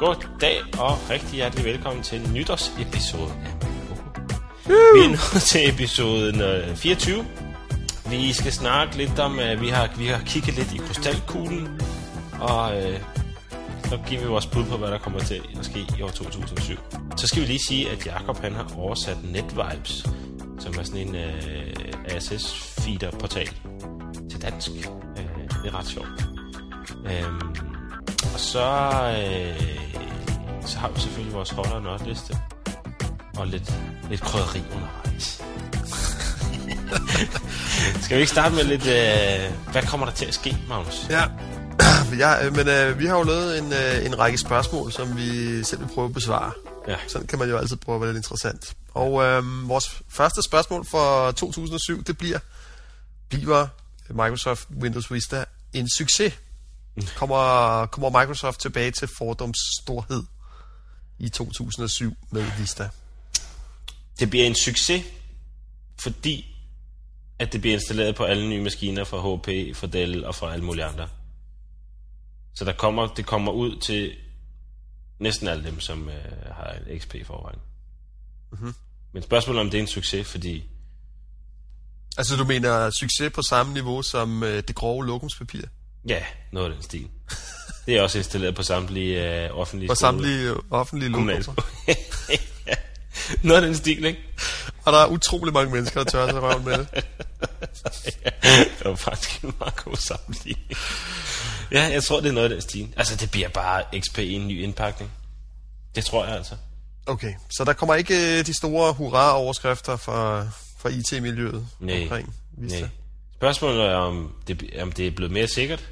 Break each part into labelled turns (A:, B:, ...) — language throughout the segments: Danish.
A: God dag og rigtig hjertelig velkommen til nytårsepisoden. Vi er nået til episoden øh, 24. Vi skal snakke lidt om, at vi har, vi har kigget lidt i krystalkuglen, og øh, så giver vi vores bud på, hvad der kommer til at ske i år 2007. Så skal vi lige sige, at Jakob han har oversat NetVibes, som er sådan en øh, ASS-feeder-portal til dansk. Øh, det er ret sjovt. Øhm, og så, øh, så har vi selvfølgelig vores holder og nørdliste. Og lidt, lidt krydderi undervejs. Skal vi ikke starte med lidt... Øh, hvad kommer der til at ske, Magnus?
B: Ja, ja øh, men øh, vi har jo lavet en, øh, en række spørgsmål, som vi selv vil prøve at besvare.
A: Ja.
B: Sådan kan man jo altid prøve at være lidt interessant. Og øh, vores første spørgsmål for 2007, det bliver, bliver Microsoft Windows Vista en succes? Kommer, kommer Microsoft tilbage til Fordums storhed i 2007 med Vista?
A: Det bliver en succes, fordi at det bliver installeret på alle nye maskiner fra HP, fra Dell og fra alle mulige andre. Så der kommer, det kommer ud til næsten alle dem, som øh, har en XP i forvejen. Mm-hmm.
B: Mhm.
A: Men spørgsmålet er, om det er en succes, fordi
B: Altså du mener succes på samme niveau som øh, det grove lokumspapir?
A: ja, noget af den stil. Det er også installeret på samtlige øh, offentlige
B: På samtlige offentlige
A: kommunale
B: lokumspapir?
A: skoler. Ja. noget af den stil, ikke?
B: Og der er utrolig mange mennesker, der tørrer sig i røven med det.
A: det var faktisk en meget god sammenligning. Ja, jeg tror, det er noget af den stil. Altså, det bliver bare XP i en ny indpakning. Det tror jeg altså.
B: Okay, så der kommer ikke øh, de store hurra-overskrifter fra, fra IT-miljøet
A: Nej.
B: omkring Vista?
A: Nej. Spørgsmålet er, om det, om det er blevet mere sikkert.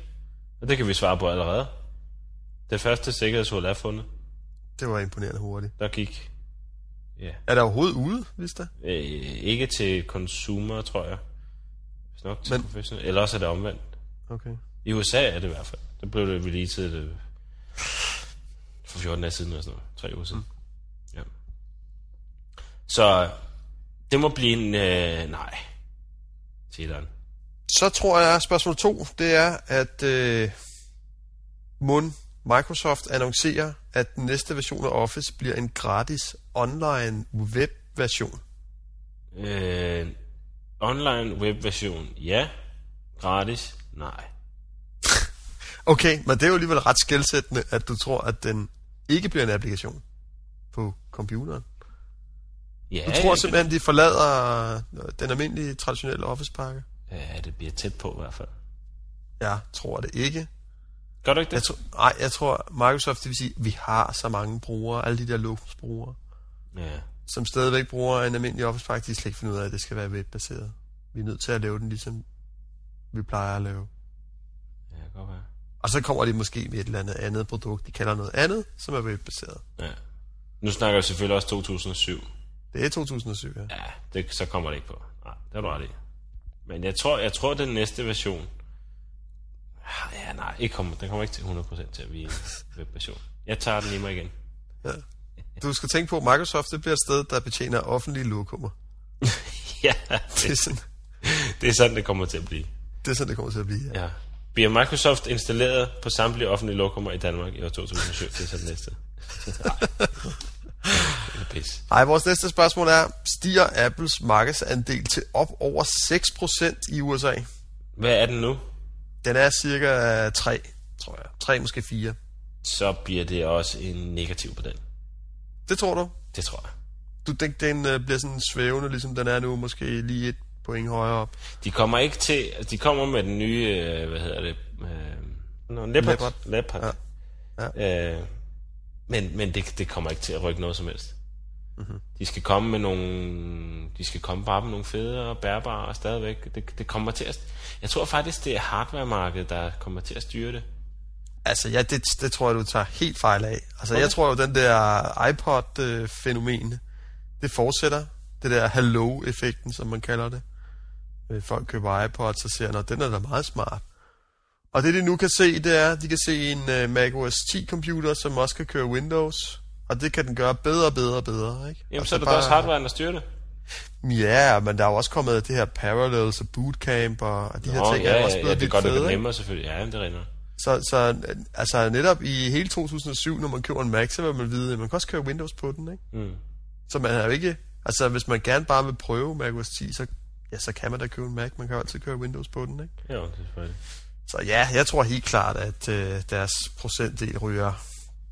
A: Og det kan vi svare på allerede. Det første sikkerhedshul er fundet.
B: Det var imponerende hurtigt.
A: Der gik... Ja.
B: Er der overhovedet ude, Vista?
A: Øh, ikke til consumer, tror jeg. Hvis nok til
B: Men-
A: professionel. Eller også er det omvendt.
B: Okay.
A: I USA er det i hvert fald. Der blev det releaset øh, for 14 dage siden, eller sådan noget. Tre uger siden.
B: Mm.
A: Ja. Så det må blive en øh, nej. Tideren.
B: Så tror jeg, spørgsmål to, det er, at øh, Mund Microsoft annoncerer, at den næste version af Office bliver en gratis online web-version.
A: Øh, online webversion, ja. Gratis, nej.
B: Okay, men det er jo alligevel ret skældsættende, at du tror, at den ikke bliver en applikation på computeren.
A: Ja,
B: Du tror
A: ja,
B: simpelthen, de forlader øh, den almindelige, traditionelle Office-pakke?
A: Ja, det bliver tæt på i hvert fald.
B: Jeg tror det ikke.
A: Gør du ikke
B: Jeg
A: det?
B: tror, nej, jeg tror Microsoft, det vil sige, vi har så mange brugere, alle de der luksusbrugere,
A: Ja.
B: som stadigvæk bruger en almindelig Office Pack, de kan slet ikke finde ud af, at det skal være webbaseret. Vi er nødt til at lave den, ligesom vi plejer at lave.
A: Ja, det kan godt være.
B: Og så kommer de måske med et eller andet andet produkt, de kalder noget andet, som er webbaseret.
A: Ja. Nu snakker jeg selvfølgelig også 2007.
B: Det er 2007, ja.
A: Ja, det, så kommer det ikke på. Nej, det har du ret i. Men jeg tror, jeg tror den næste version... Ah, Ja, nej, ikke kommer, den kommer ikke til 100% til at blive en webversion. Jeg tager den i mig igen.
B: Du skal tænke på, at Microsoft det bliver et sted, der betjener offentlige lokummer.
A: ja,
B: Det
A: det,
B: er sådan,
A: det er sådan, det kommer til at blive.
B: det, er sådan, det kommer til at blive. Ja.
A: Ja. Bliver Microsoft installeret på samtlige offentlige lokummer i Danmark i år 2007? Det er så det næste. Nej. Det er pis.
B: Ej, vores næste spørgsmål er, stiger Apples markedsandel til op over 6% i USA?
A: Hvad er den nu?
B: Den er cirka 3, tror jeg. 3, måske 4.
A: Så bliver det også en negativ på den.
B: Det tror du?
A: Det tror jeg.
B: Du tænker, den øh, bliver sådan svævende, ligesom den er nu, måske lige et point højere op.
A: De kommer ikke til... altså, De kommer med den nye... Øh, hvad hedder det? Øh, no, Leopard.
B: Leopard.
A: Leopard. Ja. Ja. Øh, men men det, det kommer ikke til at rykke noget som helst.
B: Mhm.
A: Mm-hmm. De skal komme med nogle... De skal komme bare med nogle federe og bærbare stadigvæk. Det, det kommer til at... Jeg tror faktisk, det er hardware-markedet, der kommer til at styre det.
B: Altså, ja, det, det tror jeg, du tager helt fejl af. Altså, okay. jeg tror jo, den der iPod-fænomen, det fortsætter. Det der hello-effekten, som man kalder det. Øh, Folk køber iPods og siger, at den er da meget smart. Og det, de nu kan se, det er, at de kan se en øh, Mac OS 10-computer, som også kan køre Windows. Og det kan den gøre bedre, bedre, bedre, ikke?
A: Jamen,
B: Altså,
A: så er det bare... også hardwaren, der styrer det.
B: Ja, men der er jo også kommet det her Parallels og Bootcamp, og og de her
A: Nå,
B: ting
A: ja,
B: er også
A: ja, ja,
B: blevet
A: det er
B: lidt
A: godt, at det
B: fede.
A: bliver
B: ikke?
A: nemmere selvfølgelig. Ja, men det regner.
B: Så, så altså, netop i hele 2007, når man køber en Mac, så vil man vide, at man kan også køre Windows på den, ikke?
A: Mm.
B: Så man er jo ikke... Altså, hvis man gerne bare vil prøve Mac OS 10, så, ja, så kan man da købe en Mac. Man kan jo altid køre Windows på den, ikke?
A: Ja, det er selvfølgelig.
B: Så ja, jeg tror helt klart, at øh, deres procentdel ryger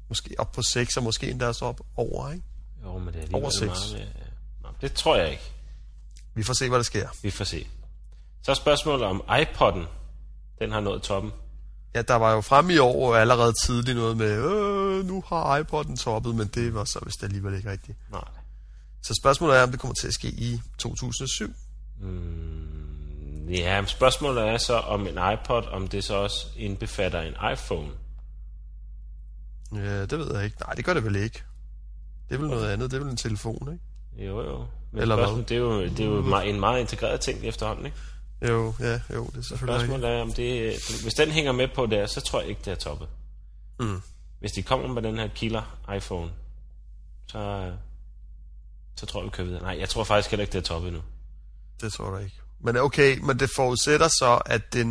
B: måske op på 6, og måske endda også op over, ikke?
A: Jo, men det er alligevel
B: Over seks.
A: meget mere. Ja. Nå, det tror jeg ikke.
B: Vi får se, hvad der sker.
A: Vi får se. Så er spørgsmålet om iPod'en. Den har nået toppen.
B: Ja, der var jo fremme i år allerede tidligt noget med, øh, nu har iPod'en toppet, men det var så vist alligevel ikke rigtigt.
A: Nej.
B: Så spørgsmålet er, om det kommer til at ske i 2007.
A: Mm, ja, men spørgsmålet er så om en iPod, om det så også indbefatter en iPhone.
B: Ja, det ved jeg ikke. Nej, det gør det vel ikke. Det er vel noget andet. Det er vel en telefon, ikke?
A: Jo, jo. Men Eller
B: Eller hvad? Mm.
A: spørgsmålet, det er jo, det er jo meget, en meget integreret ting efterhånden, ikke?
B: Jo, ja, jo, det er selvfølgelig rigtigt.
A: Spørgsmålet er, om det, hvis den hænger med på der, så tror jeg ikke, det er toppet.
B: Mm.
A: Hvis de kommer med den her killer iPhone, så, så tror jeg, vi kører videre. Nej, jeg tror faktisk heller ikke, det er toppet nu.
B: Det tror jeg ikke. Men okay, men det forudsætter så, at den,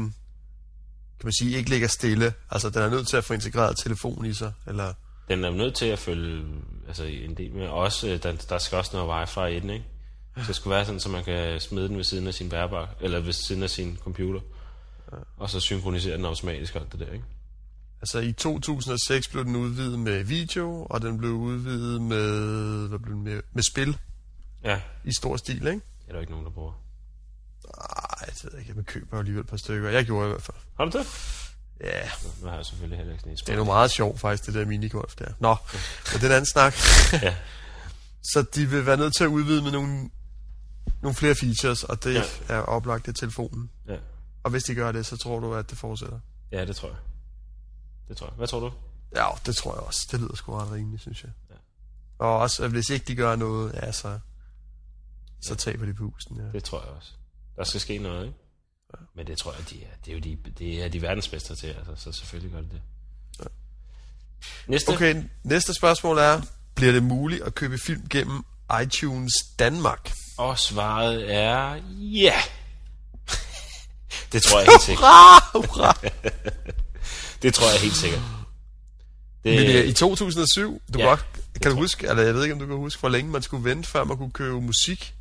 B: kan man sige, ikke ligger stille. Altså, den er nødt til at få integreret telefon i sig, eller...
A: Den er jo nødt til at følge altså, en del med. Også, øh, der, der skal også noget wifi i den, ikke? Så det skulle være sådan, så man kan smide den ved siden af sin bærbar, eller ved siden af sin computer. Og så synkronisere den automatisk og alt det der, ikke?
B: Altså, i 2006 blev den udvidet med video, og den blev udvidet med, hvad blev den med, med spil
A: Ja,
B: i stor stil, ikke?
A: det er der jo ikke nogen, der bruger.
B: Nej, det ved jeg ikke. Man køber jo alligevel et par stykker. Jeg gjorde i hvert fald.
A: Har du det?
B: Ja,
A: Nå, Nu har jeg selvfølgelig heller ikke sådan en
B: det er
A: smart.
B: jo meget sjovt faktisk, det der minigolf der. Nå, men det er en anden snak.
A: Ja.
B: Så de vil være nødt til at udvide med nogle, nogle flere features, og det
A: Ja.
B: ja. er oplagt i telefonen.
A: Ja.
B: Og hvis de gør det, så tror du, at det fortsætter?
A: ja, det tror jeg. Det tror jeg. Hvad tror du?
B: Ja, det tror jeg også. Det lyder sgu ret rimeligt, synes jeg.
A: Ja.
B: Ja. Og også, at hvis ikke de gør noget, ja, så, så taber de pusten. Ja.
A: Det tror jeg også. Der skal ske noget, ikke? Men det tror jeg, de er, det er jo de, det er de verdensmester til, altså, så selvfølgelig gør det det. Næste.
B: Okay, næste spørgsmål er, bliver det muligt at købe film gennem iTunes Danmark?
A: Og svaret er ja. det tror jeg helt sikkert.
B: Hurra! Hurra!
A: Det tror jeg helt sikkert. Det,
B: Men øh, i 2007, du
A: ja,
B: ja, godt, kan du huske, eller jeg ved ikke, om du kan huske, hvor længe man skulle vente, før man kunne købe musik.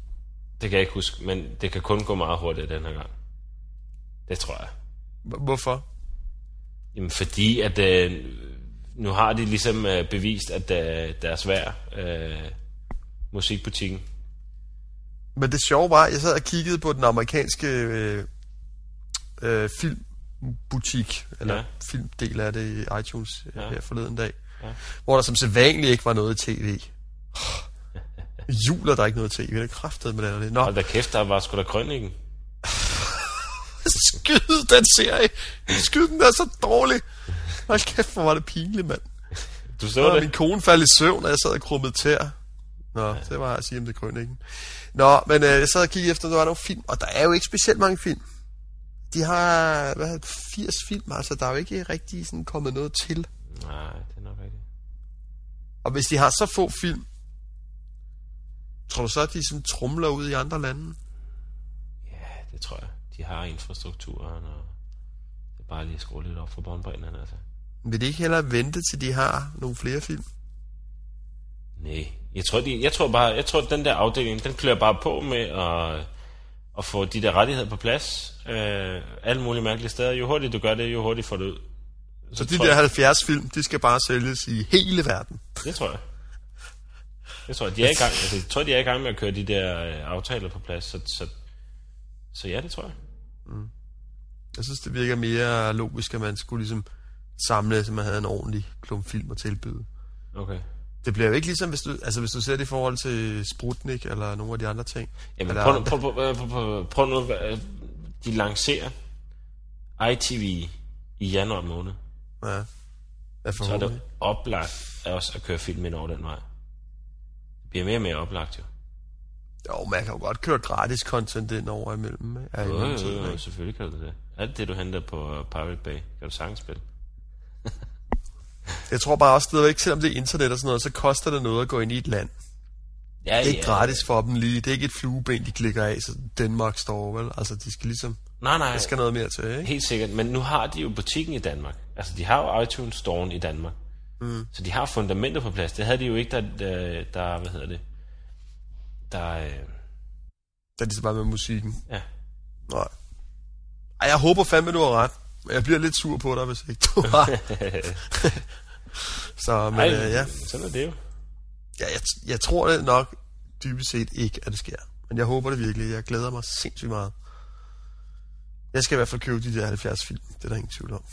A: det kan jeg ikke huske, men det kan kun gå meget hurtigt den her gang. Det tror jeg.
B: H- Hvorfor?
A: Jamen fordi, at øh, nu har de ligesom øh, bevist, at øh, deres værd, øh, musikbutikken,
B: Men det sjove var, jeg sad og kiggede på den amerikanske øh, øh, filmbutik, eller
A: Ja.
B: ja. filmdel af det i iTunes ja.
A: Ja.
B: her forleden dag,
A: Ja.
B: ja. hvor der som sædvanligt ikke var noget tv. Juler der ikke noget tv, det er kraftet med det. eller det. Nå,
A: og der kæft, der var sgu da krønningen.
B: skyd den serie! Skyd den, der er så dårlig! Hold kæft, hvor var det pinligt, mand.
A: Du
B: Så
A: så
B: var
A: det?
B: min kone faldt i søvn, og jeg sad og krummede tæer. Nå, ja. det var at sige om det krønningen. Nå, men øh, jeg sad og kiggede efter, om der var nogle film, og der er jo ikke specielt mange film. De har hvad, er det, 80 film, altså der er jo ikke rigtig sådan kommet noget til.
A: Nej, det er nok rigtigt.
B: Og hvis de har så få film, tror du så, at de sådan trumler ud i andre lande?
A: Ja, det tror jeg. De har infrastrukturen, og det er bare lige at skrue lidt op for båndbrænderne, altså.
B: Vil de ikke hellere vente, til de har nogle flere film?
A: Nej, jeg tror, de, jeg tror bare, jeg tror, at den der afdeling, den klør bare på med at, at få de der rettigheder på plads. Øh, alle mulige mærkelige steder. Jo hurtigt du gør det, jo hurtigt får du ud.
B: Så de
A: tror
B: der
A: jeg,
B: 70 film, de skal bare sælges i hele verden.
A: Det tror jeg. Jeg tror, de er i gang, altså, jeg tror, de er i gang med at køre de der øh, aftaler på plads, så, så, så ja, det tror jeg.
B: Jeg synes, det virker mere logisk, at man skulle ligesom samle, så man havde en ordentlig klump film at tilbyde.
A: Okay.
B: Det bliver jo ikke ligesom, hvis du, altså hvis du ser det i forhold til Sputnik eller nogle af de andre ting.
A: Jamen,
B: eller,
A: prøv, nu- prøv, prøv, prøv, prøv, prøv, prøv nu, øh, de lancerer ITV i januar måned.
B: Ja, ja
A: Så er
B: forhåbentlig.
A: det oplagt af os at køre film ind over den vej. Det bliver mere og mere oplagt, jo.
B: Jo, man kan jo godt køre gratis content ind over imellem. ikke? Ja,
A: Jo,
B: imellem tiden,
A: jo, jo,
B: ikke?
A: selvfølgelig kan du det. Alt det, du henter på øh, Pirate Bay, kan du sagtens spille.
B: Jeg tror bare også, det er ikke, selvom det er internet og sådan noget, så koster det noget at gå ind i et land.
A: Ja,
B: Det er ikke gratis for dem lige. Det er ikke et flueben, de klikker af, så Danmark står vel. Altså, de skal ligesom...
A: Nej, nej.
B: Der skal noget mere til, ikke?
A: Helt sikkert, men nu har de jo butikken i Danmark. Altså, de har jo iTunes Store i Danmark. Mm. Så de har fundamentet på plads. Det havde de jo ikke, der, der, der hvad hedder det, der, øh,
B: Der er det så bare med musikken.
A: ja.
B: Nej. Ej, jeg håber fandme, du har ret. Jeg bliver lidt sur på dig, hvis ikke du har. så, men
A: Ej,
B: øh, ja.
A: Sådan er det jo.
B: ja jeg, jeg tror det nok dybest set ikke, at det sker. Men jeg håber det virkelig. Jeg glæder mig sindssygt meget. Jeg skal i hvert fald købe de der 70 film. Det er der ingen tvivl om.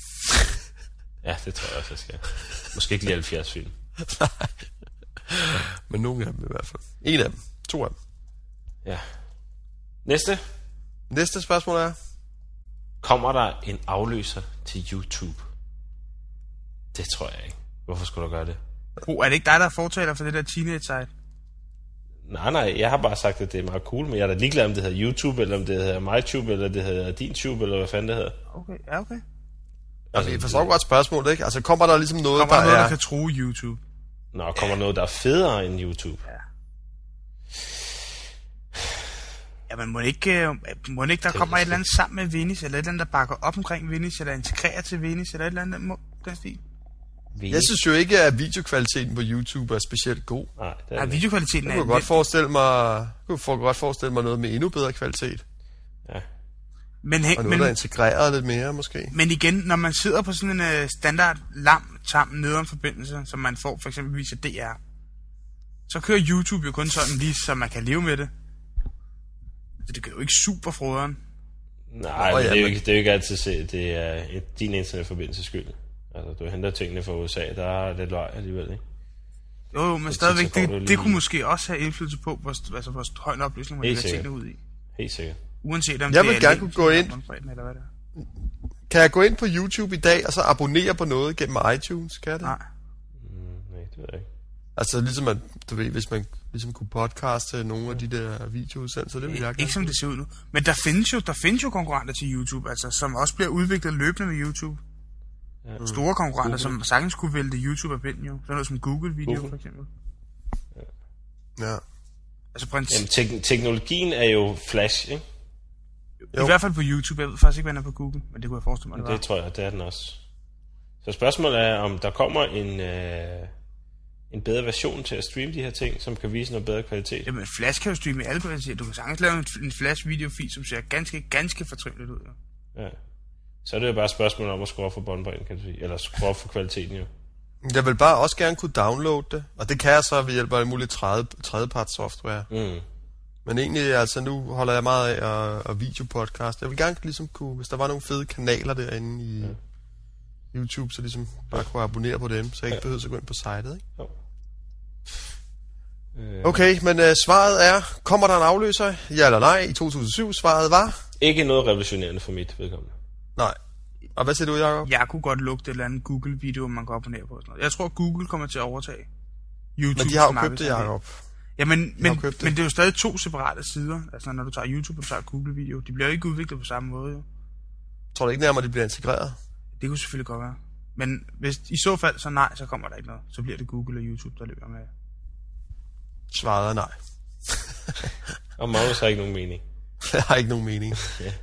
A: Ja, det tror jeg også, jeg skal. Måske ikke lige 70 film.
B: Men nogle af dem i hvert fald. En af dem. To af dem.
A: Ja. Næste.
B: Næste spørgsmål er...
A: Kommer der en afløser til YouTube? Det tror jeg ikke. Hvorfor skulle du gøre det?
C: Oh, er det ikke dig, der er fortaler for det der teenage-site?
A: Nej, nej, jeg har bare sagt, at det er meget cool, men jeg er da ligeglad, om det hedder YouTube, eller om det hedder MyTube, eller det hedder DinTube, eller hvad fanden det hedder.
C: Okay, ja, okay.
B: Altså, jeg forstår godt spørgsmålet, ikke? Altså, kommer der ligesom noget,
C: Kommer der
B: der
C: noget,
B: er...
C: der kan true YouTube?
A: Nå, kommer noget, der er federe end YouTube?
C: Jamen, må det ikke, øh, må det ikke der kommer et eller andet sammen med Venice, eller et eller andet, der bakker op omkring Venice, eller integrerer til Venice, eller et eller andet, må, den stil.
A: Vi...
B: Jeg synes jo ikke, at videokvaliteten på YouTube er specielt god.
A: Nej, det er
C: Ja,
A: den ikke.
C: videokvaliteten
B: Jeg
C: er...
B: kunne godt forestille mig, jeg kunne for godt forestille mig noget med endnu bedre kvalitet.
A: Ja.
C: Men,
B: Og
C: hæng,
B: noget, men... der er
C: men,
B: integreret lidt mere, måske.
C: men igen, når man sidder på sådan en øh, standard lam tam nederen forbindelse, som man får for eksempel via DR, så kører YouTube jo kun sådan lige, så man kan leve med det. Så det gør jo ikke super froderen.
A: Nej,
B: Nå,
A: men
B: ja,
A: det, er jo
B: men-
A: ikke, det er jo ikke altid se, det er et- din internetforbindelse skyld. Altså, du henter tingene fra USA, der er lidt løg alligevel, ikke?
C: Jo, jo, men
A: så
C: stadigvæk,
A: får du lige-
C: det, det kunne måske også have indflydelse på, hvor, altså, hvor høj en opløsning man
A: Helt
C: lægger
A: sikkert.
C: tingene ud i.
A: Helt sikkert.
C: Uanset om
B: Jeg
C: det
B: vil
C: er
B: gerne
C: længden
B: kunne gå
C: eller
B: ind.
C: håndbredden Eller hvad det er.
B: Kan jeg gå ind på YouTube i dag, og så abonnere på noget gennem iTunes? Kan jeg det?
C: Nej.
A: Nej, det ved jeg ikke.
B: Altså, ligesom at, du ved, hvis man ligesom kunne podcaste nogle af de der videoudsendelser, det ville jeg
C: Ikke
B: gerne.
C: som det ser ud nu. Men der findes jo, der findes jo konkurrenter til YouTube, altså, som også bliver udviklet løbende med YouTube.
A: Ja.
C: Ja. Store konkurrenter, som sagtens kunne vælte YouTube af pinden jo. Sådan noget som Google-video
A: Google.
C: for eksempel.
B: Ja.
C: Altså prins,
A: Jamen, tek- teknologien er jo flash, ikke?
C: i hvert fald på YouTube. Jeg ved faktisk ikke, hvad den er på Google, men det kunne jeg forestille mig, det var.
A: Det tror jeg, det er den også. Så spørgsmålet er, om der kommer en, øh, en bedre version til at streame de her ting, som kan vise noget bedre kvalitet.
C: Jamen, Flash kan jo streame i alle kvaliteter. Du kan sagtens lave en, en Flash-videofil, som ser ganske, ganske fortrindeligt ud. Jo.
A: Ja. Så er det jo bare et spørgsmål om at skrue op for båndbredden, kan du sige. Eller skrue op for kvaliteten, jo.
B: Jeg vil bare også gerne kunne downloade det, og det kan jeg så ved hjælp af en mulig tredje, tredjeparts software.
A: Mm.
B: Men egentlig, altså nu holder jeg meget af at, at videopodcast. Jeg vil gerne ligesom kunne, hvis der var nogle fede kanaler derinde i ja. YouTube, så ligesom bare kunne abonnere på dem, så jeg ikke ja. behøvede at gå ind på sitet. Ikke?
A: Jo. Øh,
B: Okay, men uh, svaret er, kommer der en afløser? Ja eller nej? I 2007 svaret var
A: Ikke noget revolutionerende for mit vedkommende.
B: nej. Og hvad siger du, Jacob?
C: Jeg kunne godt lugte et eller andet Google-video, man kan abonnere på. Og sådan noget. Jeg tror, Google kommer til at overtage YouTube.
B: Men de har jo købt det, Jacob.
C: Ja, men,
B: har
C: men,
B: jo købt det.
C: men det er jo stadig to separate sider. Altså, når du tager YouTube og du tager Google-video, de bliver jo ikke udviklet på samme måde. Jo.
B: Tror du ikke nærmere, de bliver integreret?
C: Det kunne selvfølgelig godt være. Men hvis i så fald, så nej, så kommer der ikke noget. Så bliver det Google og YouTube, der løber med.
B: Svaret er nej.
A: Og Magnus har ikke nogen mening.
B: Jeg har ikke nogen mening.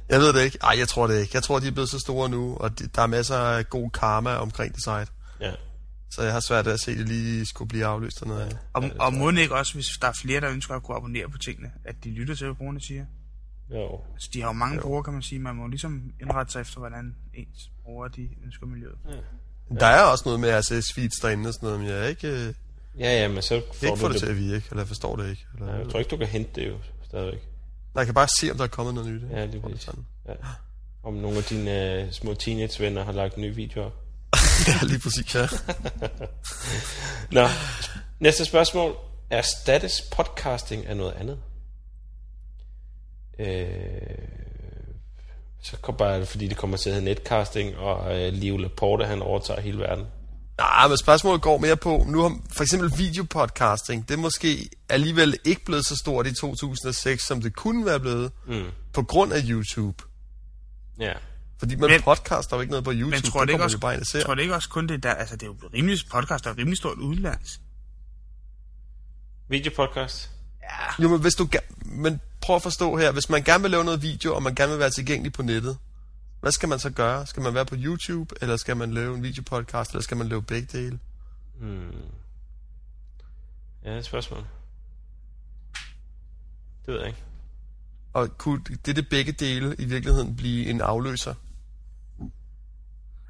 B: Jeg ved det ikke. Ej, jeg tror det ikke. Jeg tror, de er blevet så store nu, og de, der er masser af god karma omkring det site.
A: Ja.
B: Så jeg har svært ved at se, at det lige skulle blive afløst af noget andet.
C: Og, ja, og må det ikke også, hvis der er flere, der ønsker at kunne abonnere på tingene, at de lytter til, hvad brugerne siger.
A: Jo.
C: Altså, de har jo mange jo. brugere, kan man sige. Man må ligesom indrette sig efter, hvordan ens brugere, de ønsker miljøet.
B: Der er også noget med RSS-feeds derinde og sådan noget, men jeg er ikke, øh,
A: Ja, ja, men så får
B: jeg ikke
A: du
B: får det til at virke, eller jeg forstår det ikke. Eller,
A: Ja, jeg tror ikke, du kan hente det jo stadigvæk.
B: Nej, jeg kan bare se, om der er kommet noget nyt. ikke?
A: Ja, lige
B: Jeg tror, det er
A: præcis.
B: sådan.
A: Ja. Om nogle af dine øh, små teenagevenner har lagt nye videoer op.
B: ja, lige præcis, ja.
A: Nå, næste spørgsmål. Erstattes podcasting af noget andet? Øh, så kom bare, fordi det kommer til at hedde netcasting, og øh, Leo Laporte, han overtager hele verden.
B: Nej, men spørgsmålet går mere på, nu har for eksempel videopodcasting, det er måske alligevel ikke blevet så stort i 2006, som det kunne være blevet,
A: Mm.
B: på grund af YouTube.
A: Ja.
B: Fordi man
C: Men-
B: podcaster jo ikke noget på YouTube,
C: Men tror
B: det
C: det, ikke
B: kommer vi
C: også,
B: bare ind og ser.
C: tror det ikke også kun det der, altså det er jo rimelig podcast, der er rimelig stort udlands.
A: Videopodcast?
C: Ja.
B: Jo, men, hvis du ga- men prøv at forstå her. Hvis man gerne vil lave noget video, og man gerne vil være tilgængelig på nettet, hvad skal man så gøre? Skal man være på YouTube, eller skal man lave en videopodcast, eller skal man lave begge dele?
A: Ja, det er et spørgsmål. Det ved jeg ikke.
B: Og kunne det, det begge dele i virkeligheden blive en afløser?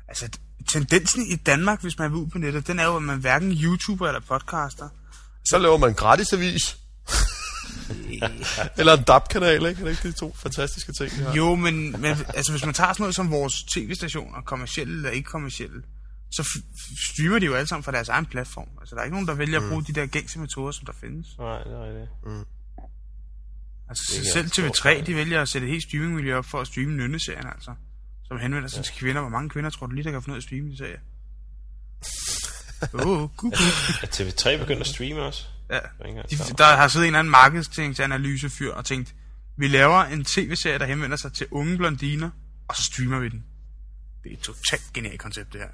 C: Altså, tendensen i Danmark, hvis man vil ud på nettet, den er jo, at man hverken YouTuber eller podcaster.
B: Så laver man en gratis avis. eller en DAP-kanal, ikke? Er det ikke de to fantastiske ting, vi har?
C: Jo, men, men altså, hvis man tager sådan noget som vores tv-stationer, kommercielle eller ikke kommercielle, så f- f- streamer de jo alle sammen fra deres egen platform. Altså, der er ikke nogen, der vælger at bruge de der gængse metoder, som der findes.
A: Nej, det er rigtigt.
C: Altså,
A: Det er
C: selv
A: en stor
C: TV3, de vælger at sætte et helt streamingmiljø op for at streame nynneserien, altså. Som henvender sig ja. til kvinder. Hvor mange kvinder tror du lige, der kan finde ud af at streame en serie? Åh, oh,
A: Er TV3 begyndt at streame også?
C: Ja.
A: er ikke engang
C: De,
A: klar.
C: der har siddet en eller anden markedsanalyse-fyr og tænkt, vi laver en tv-serie, der henvender sig til unge blondiner, og så streamer vi den. Det er et totalt genialt koncept, det her.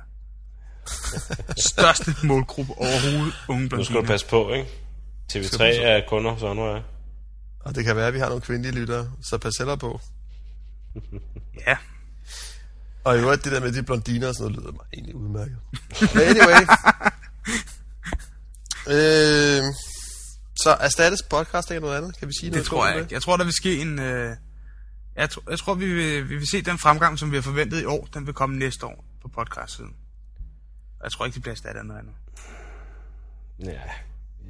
C: Største målgruppe overhovedet, unge blondiner.
A: Nu skal du passe på, ikke? TV3 er kunder, så nu er
B: Og det kan være, at vi har nogle kvindelige lyttere, så pas heller på.
C: Ja.
B: Og i øvrigt, det der med de blondiner og sådan noget, lyder mig egentlig udmærket. Men anyway. øh, så erstattes podcast af noget andet? Kan vi sige noget?
C: Det tror jeg
B: om
C: ikke. Jeg tror, der vil ske en... Øh, jeg, tr- jeg tror, vi vil, vi vil se den fremgang, som vi har forventet i år, den vil komme næste år på podcast-siden. Og Jeg tror ikke, det bliver erstattet af noget andet.
A: Ja,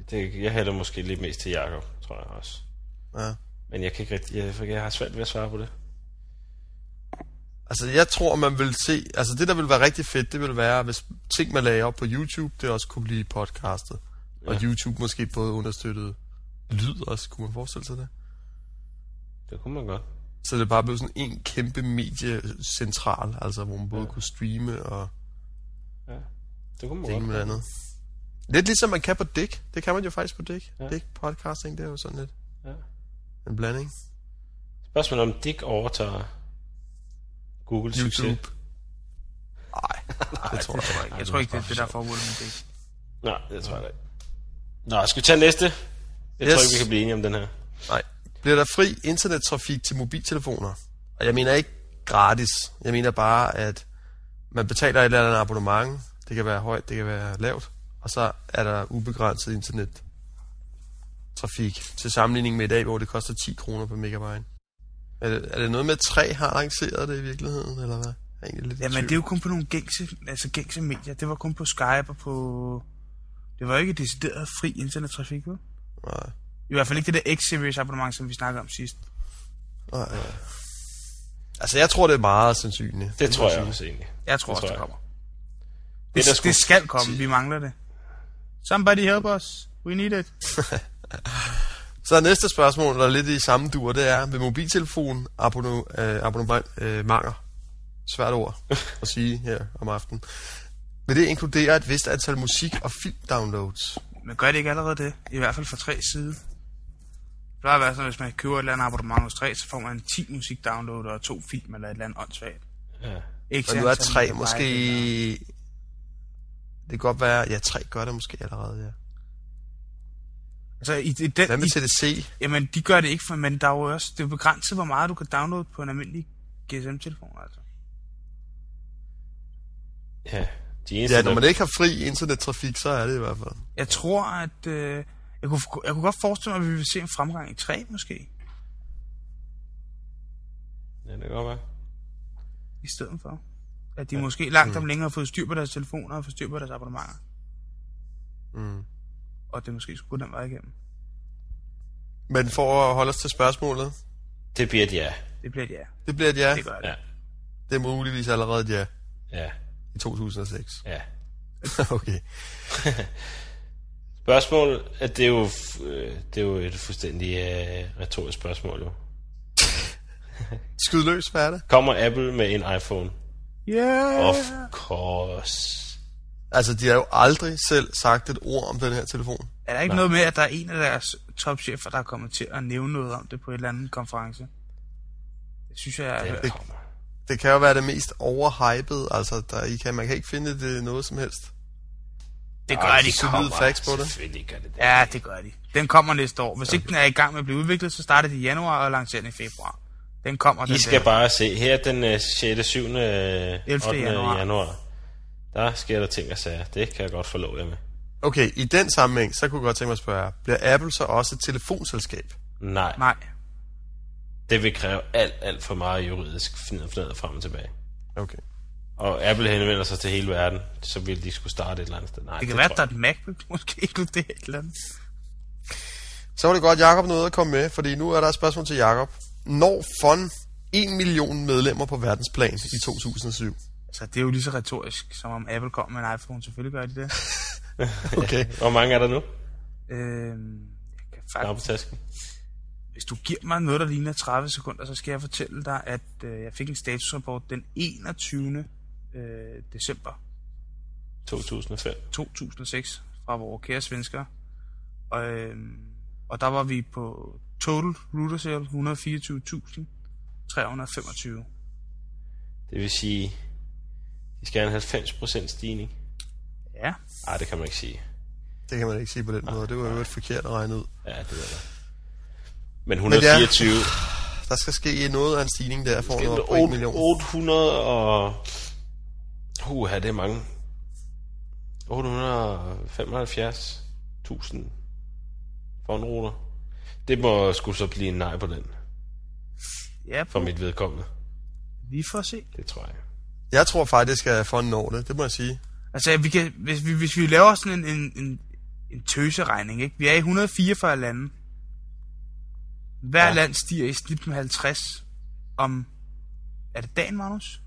A: det, jeg hælder måske lidt mest til Jakob, tror jeg også.
B: Ja.
A: Men jeg kan ikke rigtig, jeg, for jeg har svært ved at svare på det.
B: Altså, jeg tror, man vil se... Altså, det, der vil være rigtig fedt, det vil være, hvis ting, man lagde op på YouTube, det også kunne blive podcastet. Og YouTube måske både understøttede lyd også, kunne man forestille sig det?
A: Det kunne man godt.
B: Så det bare blev sådan en kæmpe mediecentral, altså, hvor man både kunne streame og
A: Ja, det kunne man
B: det ene med
A: godt.
B: det andet. Lidt ligesom man kan på Dick. Det kan man jo faktisk på Dick.
A: Ja.
B: Ja. Dick podcasting, det er jo sådan lidt
A: Ja.
B: en blanding.
A: Spørgsmålet om Dick overtager Google succes.
B: YouTube. Nej, det tror jeg ikke.
C: Jeg tror ikke, det er det, der er formålet med det.
A: Nej, det tror jeg da ikke. Nå, skal vi tage næste? Jeg yes.
B: Yes.
A: tror ikke, vi kan blive enige om den her.
B: Nej. Bliver der fri internettrafik til mobiltelefoner? Og jeg mener ikke gratis. Jeg mener bare, at man betaler et eller andet abonnement. Det kan være højt, det kan være lavt. Og så er der ubegrænset internettrafik. Til sammenligning med i dag, hvor det koster 10 kroner per megabyte. Er det, er det noget med, at 3 har lanceret det i virkeligheden, eller hvad? Jeg er egentlig lidt i
C: Jamen,
B: tvivl.
C: det er jo kun på nogle gængse, altså gængse medier. Det var kun på Skype og på... Det var jo ikke decideret fri internettrafik, vel?
B: Nej.
C: I hvert fald ikke det der X-Series abonnement, som vi snakkede om sidst.
B: Nej. Altså, jeg tror, det er meget sandsynligt.
A: Det tror jeg også egentlig.
C: Jeg tror
A: Det
C: det
A: tror
C: også, det
A: jeg.
C: kommer. Det,
A: Det
C: det,
A: er der sgu-
C: det skal komme, vi mangler det. Somebody help us. We need it.
B: Så næste spørgsmål, der er lidt i samme dur, det er, vil mobiltelefon abonno, øh, abonnementer, øh, svært ord at sige her om aftenen, vil det inkludere et vist antal musik- og filmdownloads?
C: Men gør det ikke allerede det? I hvert fald fra tre side. Det plejer at være sådan, at hvis man køber et eller andet abonnement hos tre, så får man 10 musik download og to film eller et eller andet åndssvagt.
A: Ja.
C: Ikke
B: Og nu
C: sandt,
B: er
C: som
B: tre
C: det
B: måske...
C: plejer at være.
B: Det kan godt være, ja, tre gør det måske allerede, ja.
C: Altså, i, i den,
B: Hvad med
C: i
B: TDC?
C: Jamen, de gør det ikke, for, men der er jo også, det er jo begrænset, hvor meget du kan downloade på en almindelig GSM-telefon, altså.
A: Ja, de eneste,
B: Ja,
A: ja,
B: når
A: der,
B: man ikke har fri internettrafik, så er det i hvert fald.
C: Jeg tror, at... Øh, jeg, kunne, jeg kunne godt forestille mig, at vi vil se en fremgang i 3, måske,
A: Ja, det kan godt være.
C: i stedet for. At de måske langt
A: Mm.
C: om længere har fået styr på deres telefoner og fået styr på deres abonnementer.
B: Mm.
C: Og det måske skulle gå den vej igennem.
B: Men for at holde os til spørgsmålet,
A: Det bliver et ja.
C: Det bliver et ja.
B: det bliver et ja.
C: Det gør det.
A: Ja,
B: Det er muligvis allerede et ja
A: ja,
B: i 2006.
A: ja.
B: okay.
A: Spørgsmål, at det er jo, øh, det er jo et fuldstændig øh, retorisk spørgsmål jo.
B: Skyd løs, hvad er det?
A: Kommer Apple med en iPhone?
C: Yeah!
A: Of course.
B: Altså, de har jo aldrig selv sagt et ord om den her telefon.
C: Er der ikke noget med, at der er en af deres topchefer, der er kommet til at nævne noget om det på et eller andet konference? Det synes jeg, jeg
A: Det kommer.
B: Det kan jo være det mest overhypede, altså der, I kan, man kan ikke finde det noget som helst.
C: Det
A: Og
C: gør de.
B: solide
A: kommer. altså
B: facts på det.
A: Selvfølgelig gør det det.
C: Ja, det gør de. Den kommer næste år. Hvis ikke den er i gang med at blive udviklet, så starter det i januar og lancerer den i februar. Den kommer den
A: I skal
C: der.
A: bare se. Her den øh, 6., 7., 11. 8.
C: januar.
A: januar. januar. Der sker der ting og sager. Det kan jeg godt forlove jer med.
B: Okay, i den sammenhæng, så kunne jeg godt tænke mig at spørge jer, bliver Apple så også et telefonselskab?
A: Nej,
C: Nej.
A: det vil kræve alt, alt for meget juridisk fnader frem og tilbage.
B: Okay.
A: Og Apple henvender sig til hele verden, så vil de skulle starte et eller andet sted. Nej,
C: Det kan være, at
A: tror
C: der er
A: jeg
C: et MacBook, måske inkluderet et eller andet.
B: Så var det godt, Jakob nåede at komme med, fordi nu er der et spørgsmål til Jakob. Når FON 1 million medlemmer på verdensplan i 2007?
C: Altså, det er jo lige så retorisk, som om Apple kom med en iPhone. Selvfølgelig gør de det.
B: Okay.
A: ikke. Hvor mange er der nu?
C: øhm, jeg kan
A: Der
C: faktisk...
A: på tasken.
C: Hvis du giver mig noget, der ligner 30 sekunder, så skal jeg fortælle dig, at øh, jeg fik en statusrapport den 21. Øh, december
A: 2005.
C: 2006 fra vores kære svenskere. Og, øh, og der var vi på total router sale 124.325.
A: Det vil sige, de skal have en 90% stigning.
C: Ja,
A: Nej, det kan man ikke sige.
B: Det kan man ikke sige på den måde. Det var jo et forkert at regne ud.
A: Ja, det ved jeg godt. Men
B: ja.
A: 124...
B: Der skal ske noget af en stigning der for noget på 1
A: Men
B: million.
A: 800 og... Huha, det er mange. 875.000 for en ruter. Det må skulle så blive en nej på den,
C: ja
A: for mit vedkommende.
C: vi får se.
A: Det tror jeg.
B: Jeg tror faktisk, at FON når det. Det må jeg sige.
C: Altså, vi kan, hvis, vi, hvis vi laver sådan en, en, en, en tøseregning, ikke? Vi er i 144 lande. Hver ja.
A: Ja.
C: land stiger i snit med 50 om... Er det dagen, Magnus?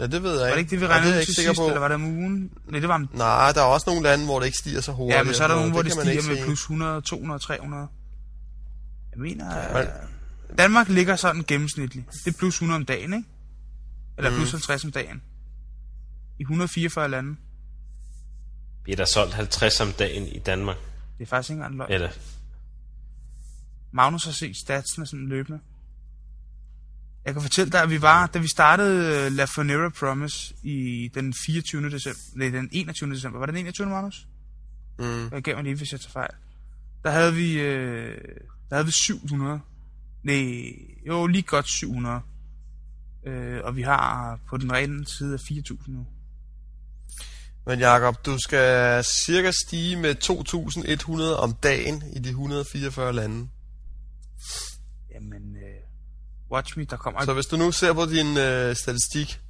B: Ja, det ved jeg ikke.
C: Var det ikke det, vi
B: Og
C: regnede
B: er jeg
C: ud
B: ikke
C: til
B: sikker
C: sidst,
B: på.
C: eller var det om ugen? Nej, det var om...
B: Nej, der er også nogle lande, hvor det ikke stiger så hurtigt.
C: Ja, men så er der
B: og
C: nogen,
B: sådan
C: hvor
B: noget.
C: det stiger
B: kan man
C: med
B: ikke
C: plus 100, 200, 300. Jeg mener...
B: se.
C: Ja. Danmark ligger sådan gennemsnitligt. Det er plus 100 om dagen, ikke? Eller mm. plus 50 om dagen. I 144 lande.
A: Vi er der solgt 50 om dagen i Danmark.
C: Det er faktisk ikke engang løgn.
A: Eller,
C: Magnus har set statsene sådan løbende. Jeg kan fortælle dig, at vi var, da vi startede øh, La Fonera Promise i den 24. december, nej, den 21. december. Var det den 21. Magnus?
B: Mm.
C: Jeg gav mig lige, hvis jeg tager fejl. Der havde vi, øh, der havde vi 700. Nej, jo, lige godt 700. Øh, og vi har på den rene side af 4.000 nu.
B: Men Jakob, du skal cirka stige med 2.100 om dagen i de 144 lande.
C: Jamen, øh, watch me, der kommer...
B: Så hvis du nu ser på din øh, statistik,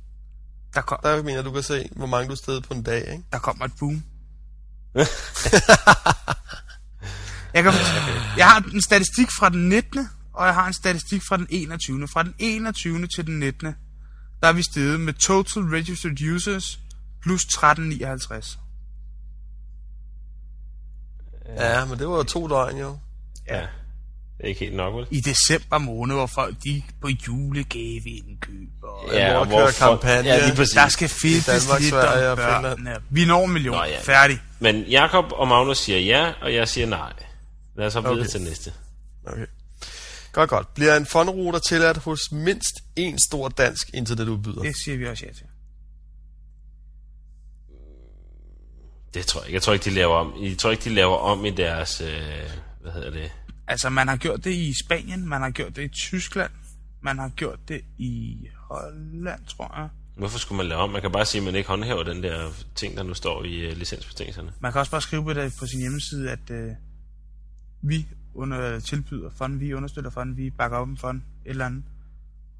C: der, kom,
B: der mener jeg, du kan se, hvor mange du steder på en dag, ikke?
C: der kommer et boom. jeg, kan, jeg har en statistik fra den 19. og jeg har en statistik fra den 21. Fra den 21. til den 19. der er vi steget med total registered users plus 1359.
B: Ja, men det var jo to døgn, jo.
A: ja. Det er ikke helt nok, vel?
C: I december måned, hvor folk de på julegaveindkøb. Og
B: Ja, hvor der kører
A: folk-
B: kampagne.
A: Ja, lige præcis.
C: der skal fedtes
B: Danmark,
C: lidt
B: Sverige
C: om
B: og Finland.
C: børnene. Vi når en million.
A: Nå,
C: Nå,
A: ja.
C: ja. Færdig.
A: Men Jakob og Magnus siger ja, og jeg siger nej. Lad os hoppe okay. videre til næste.
B: Okay. Godt, godt. Bliver en fondruter tilladt hos mindst en stor dansk internetudbyder?
C: Det siger vi også ja til.
A: Det tror jeg ikke. Jeg tror ikke, de laver om. Jeg tror ikke, de laver om i deres... Øh, hvad hedder det?
C: Altså, man har gjort det i Spanien, man har gjort det i Tyskland, man har gjort det i Holland, tror jeg.
A: Hvorfor skulle man lave om? Man kan bare sige, at man ikke håndhæver den der ting, der nu står i uh, licensbetingelserne.
C: Man kan også bare skrive på, det, på sin hjemmeside, at øh, vi under, tilbyder fond, vi understøtter fond, vi bakker op om fond, et eller andet.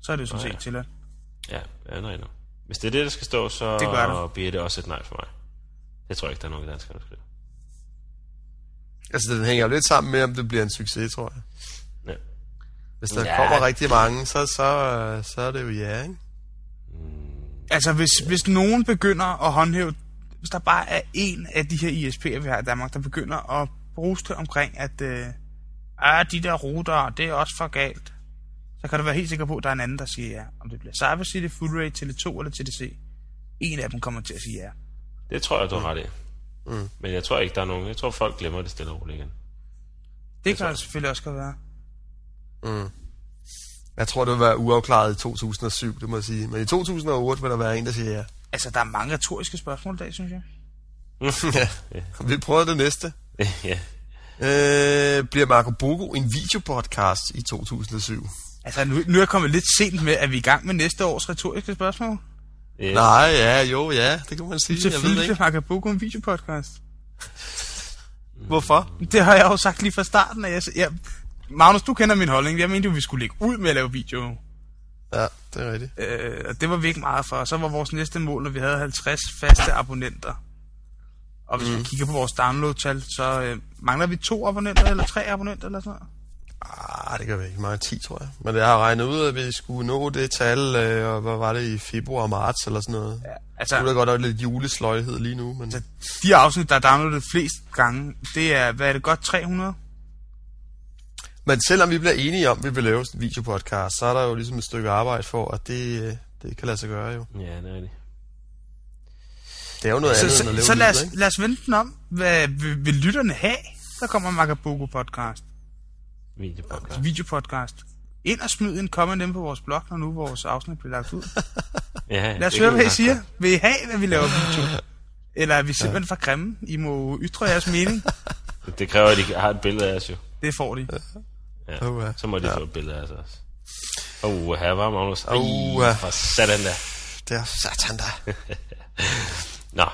C: Så er det jo sådan
A: Nå,
C: set
A: ja.
C: tilladt.
A: Ja, ja nej, nej. Hvis det er det, der skal stå, så
C: Det gør det.
A: bliver det også et nej for mig. Det tror jeg ikke, der er nogen danskere, der skriver.
B: Altså, det hænger jo lidt sammen med, om det bliver en succes, tror jeg.
A: Ja.
B: Hvis der
A: Ja.
B: ja. kommer rigtig mange, så, så, øh, så er det jo ja, ikke?
C: Altså, hvis, hvis nogen begynder at håndhæve, hvis der bare er en af de her ISP'er, vi har i Danmark, der begynder at bruge det omkring, at øh, ah, de der ruter, det er også for galt, så kan du være helt sikker på, at der er en anden, der siger ja. Om det bliver Cybercity, Fullray, Tele2 eller TDC, en af dem kommer til at sige ja.
A: Det tror jeg, du har ret i. Mm. Men jeg tror ikke, der er nogen. Jeg tror, folk glemmer det stille og roligt igen.
C: Det kan det selvfølgelig også godt være.
B: Jeg tror, det vil være uafklaret i 2007, det må jeg sige. Men i 2008 vil der være en, der siger ja.
C: Altså, der er mange retoriske spørgsmål i dag, synes jeg.
B: ja. Vi prøver det næste.
A: ja.
B: Øh, bliver Marco Bogo en videopodcast i 2007?
C: Altså, nu, nu er jeg kommet lidt sent med, at vi er i gang med næste års retoriske spørgsmål.
A: Ja.
B: Nej, ja, jo, ja, det kan man sige. Jeg ved det
C: Selvfølgelig
B: ikke.
C: bliver Macabuco en videopodcast.
B: Hvorfor?
C: Det har jeg jo sagt lige fra starten. At jeg, jeg, Magnus, du kender min holdning. Jeg mente jo, vi skulle lægge ud med at lave video.
B: Ja, det er rigtigt.
C: Øh, og det var vi ikke meget for. Og så var vores næste mål, når vi havde 50 faste abonnenter. Og hvis mm. man kigger på vores download-tal, så øh, mangler vi to abonnenter, eller tre abonnenter, eller sådan noget.
B: Ah, det kan være ikke meget 10, tror jeg. Men jeg har regnet ud, at vi skulle nå det tal, øh, og hvad var det i februar og marts eller sådan noget. Ja.
C: Altså,
B: Nu er der godt nok lidt julesløjhed lige nu, men...
C: altså, de afsnit, der er downloadet flest gange, det er, hvad er det, godt 300?
B: Men selvom vi bliver enige om, at vi vil lave en videopodcast, så er der jo ligesom et stykke arbejde for, at det, øh, det kan lade sig gøre jo.
A: ja, det er rigtigt.
B: Det er jo noget
C: Så,
B: andet, end at
C: så,
B: lave
C: så lad,
B: lyd,
C: os,
B: ikke?
C: lad os vente den om. Hvad vil, vil lytterne have? Der kommer Macabuco podcast.
A: Videopodcast.
C: Videopodcast. Ind og smid en comment ind på vores blog, når nu vores afsnit bliver lagt ud.
A: Ja,
C: Lad os
A: det
C: høre,
A: kan
C: hvad I
A: man
C: siger.
A: godt.
C: Vil I have, hvad vi laver video? Eller er vi simpelthen for grimme? I må ytre jeres mening.
A: Det kræver, at de har et billede af os jo.
C: Det får de.
A: Ja.
B: Uha.
A: Så må de
B: Ja.
A: få et billede af os også. Åh, her var Magnus. Ej,
B: Uha.
A: for satan der.
B: Det er satan da.
A: Nå,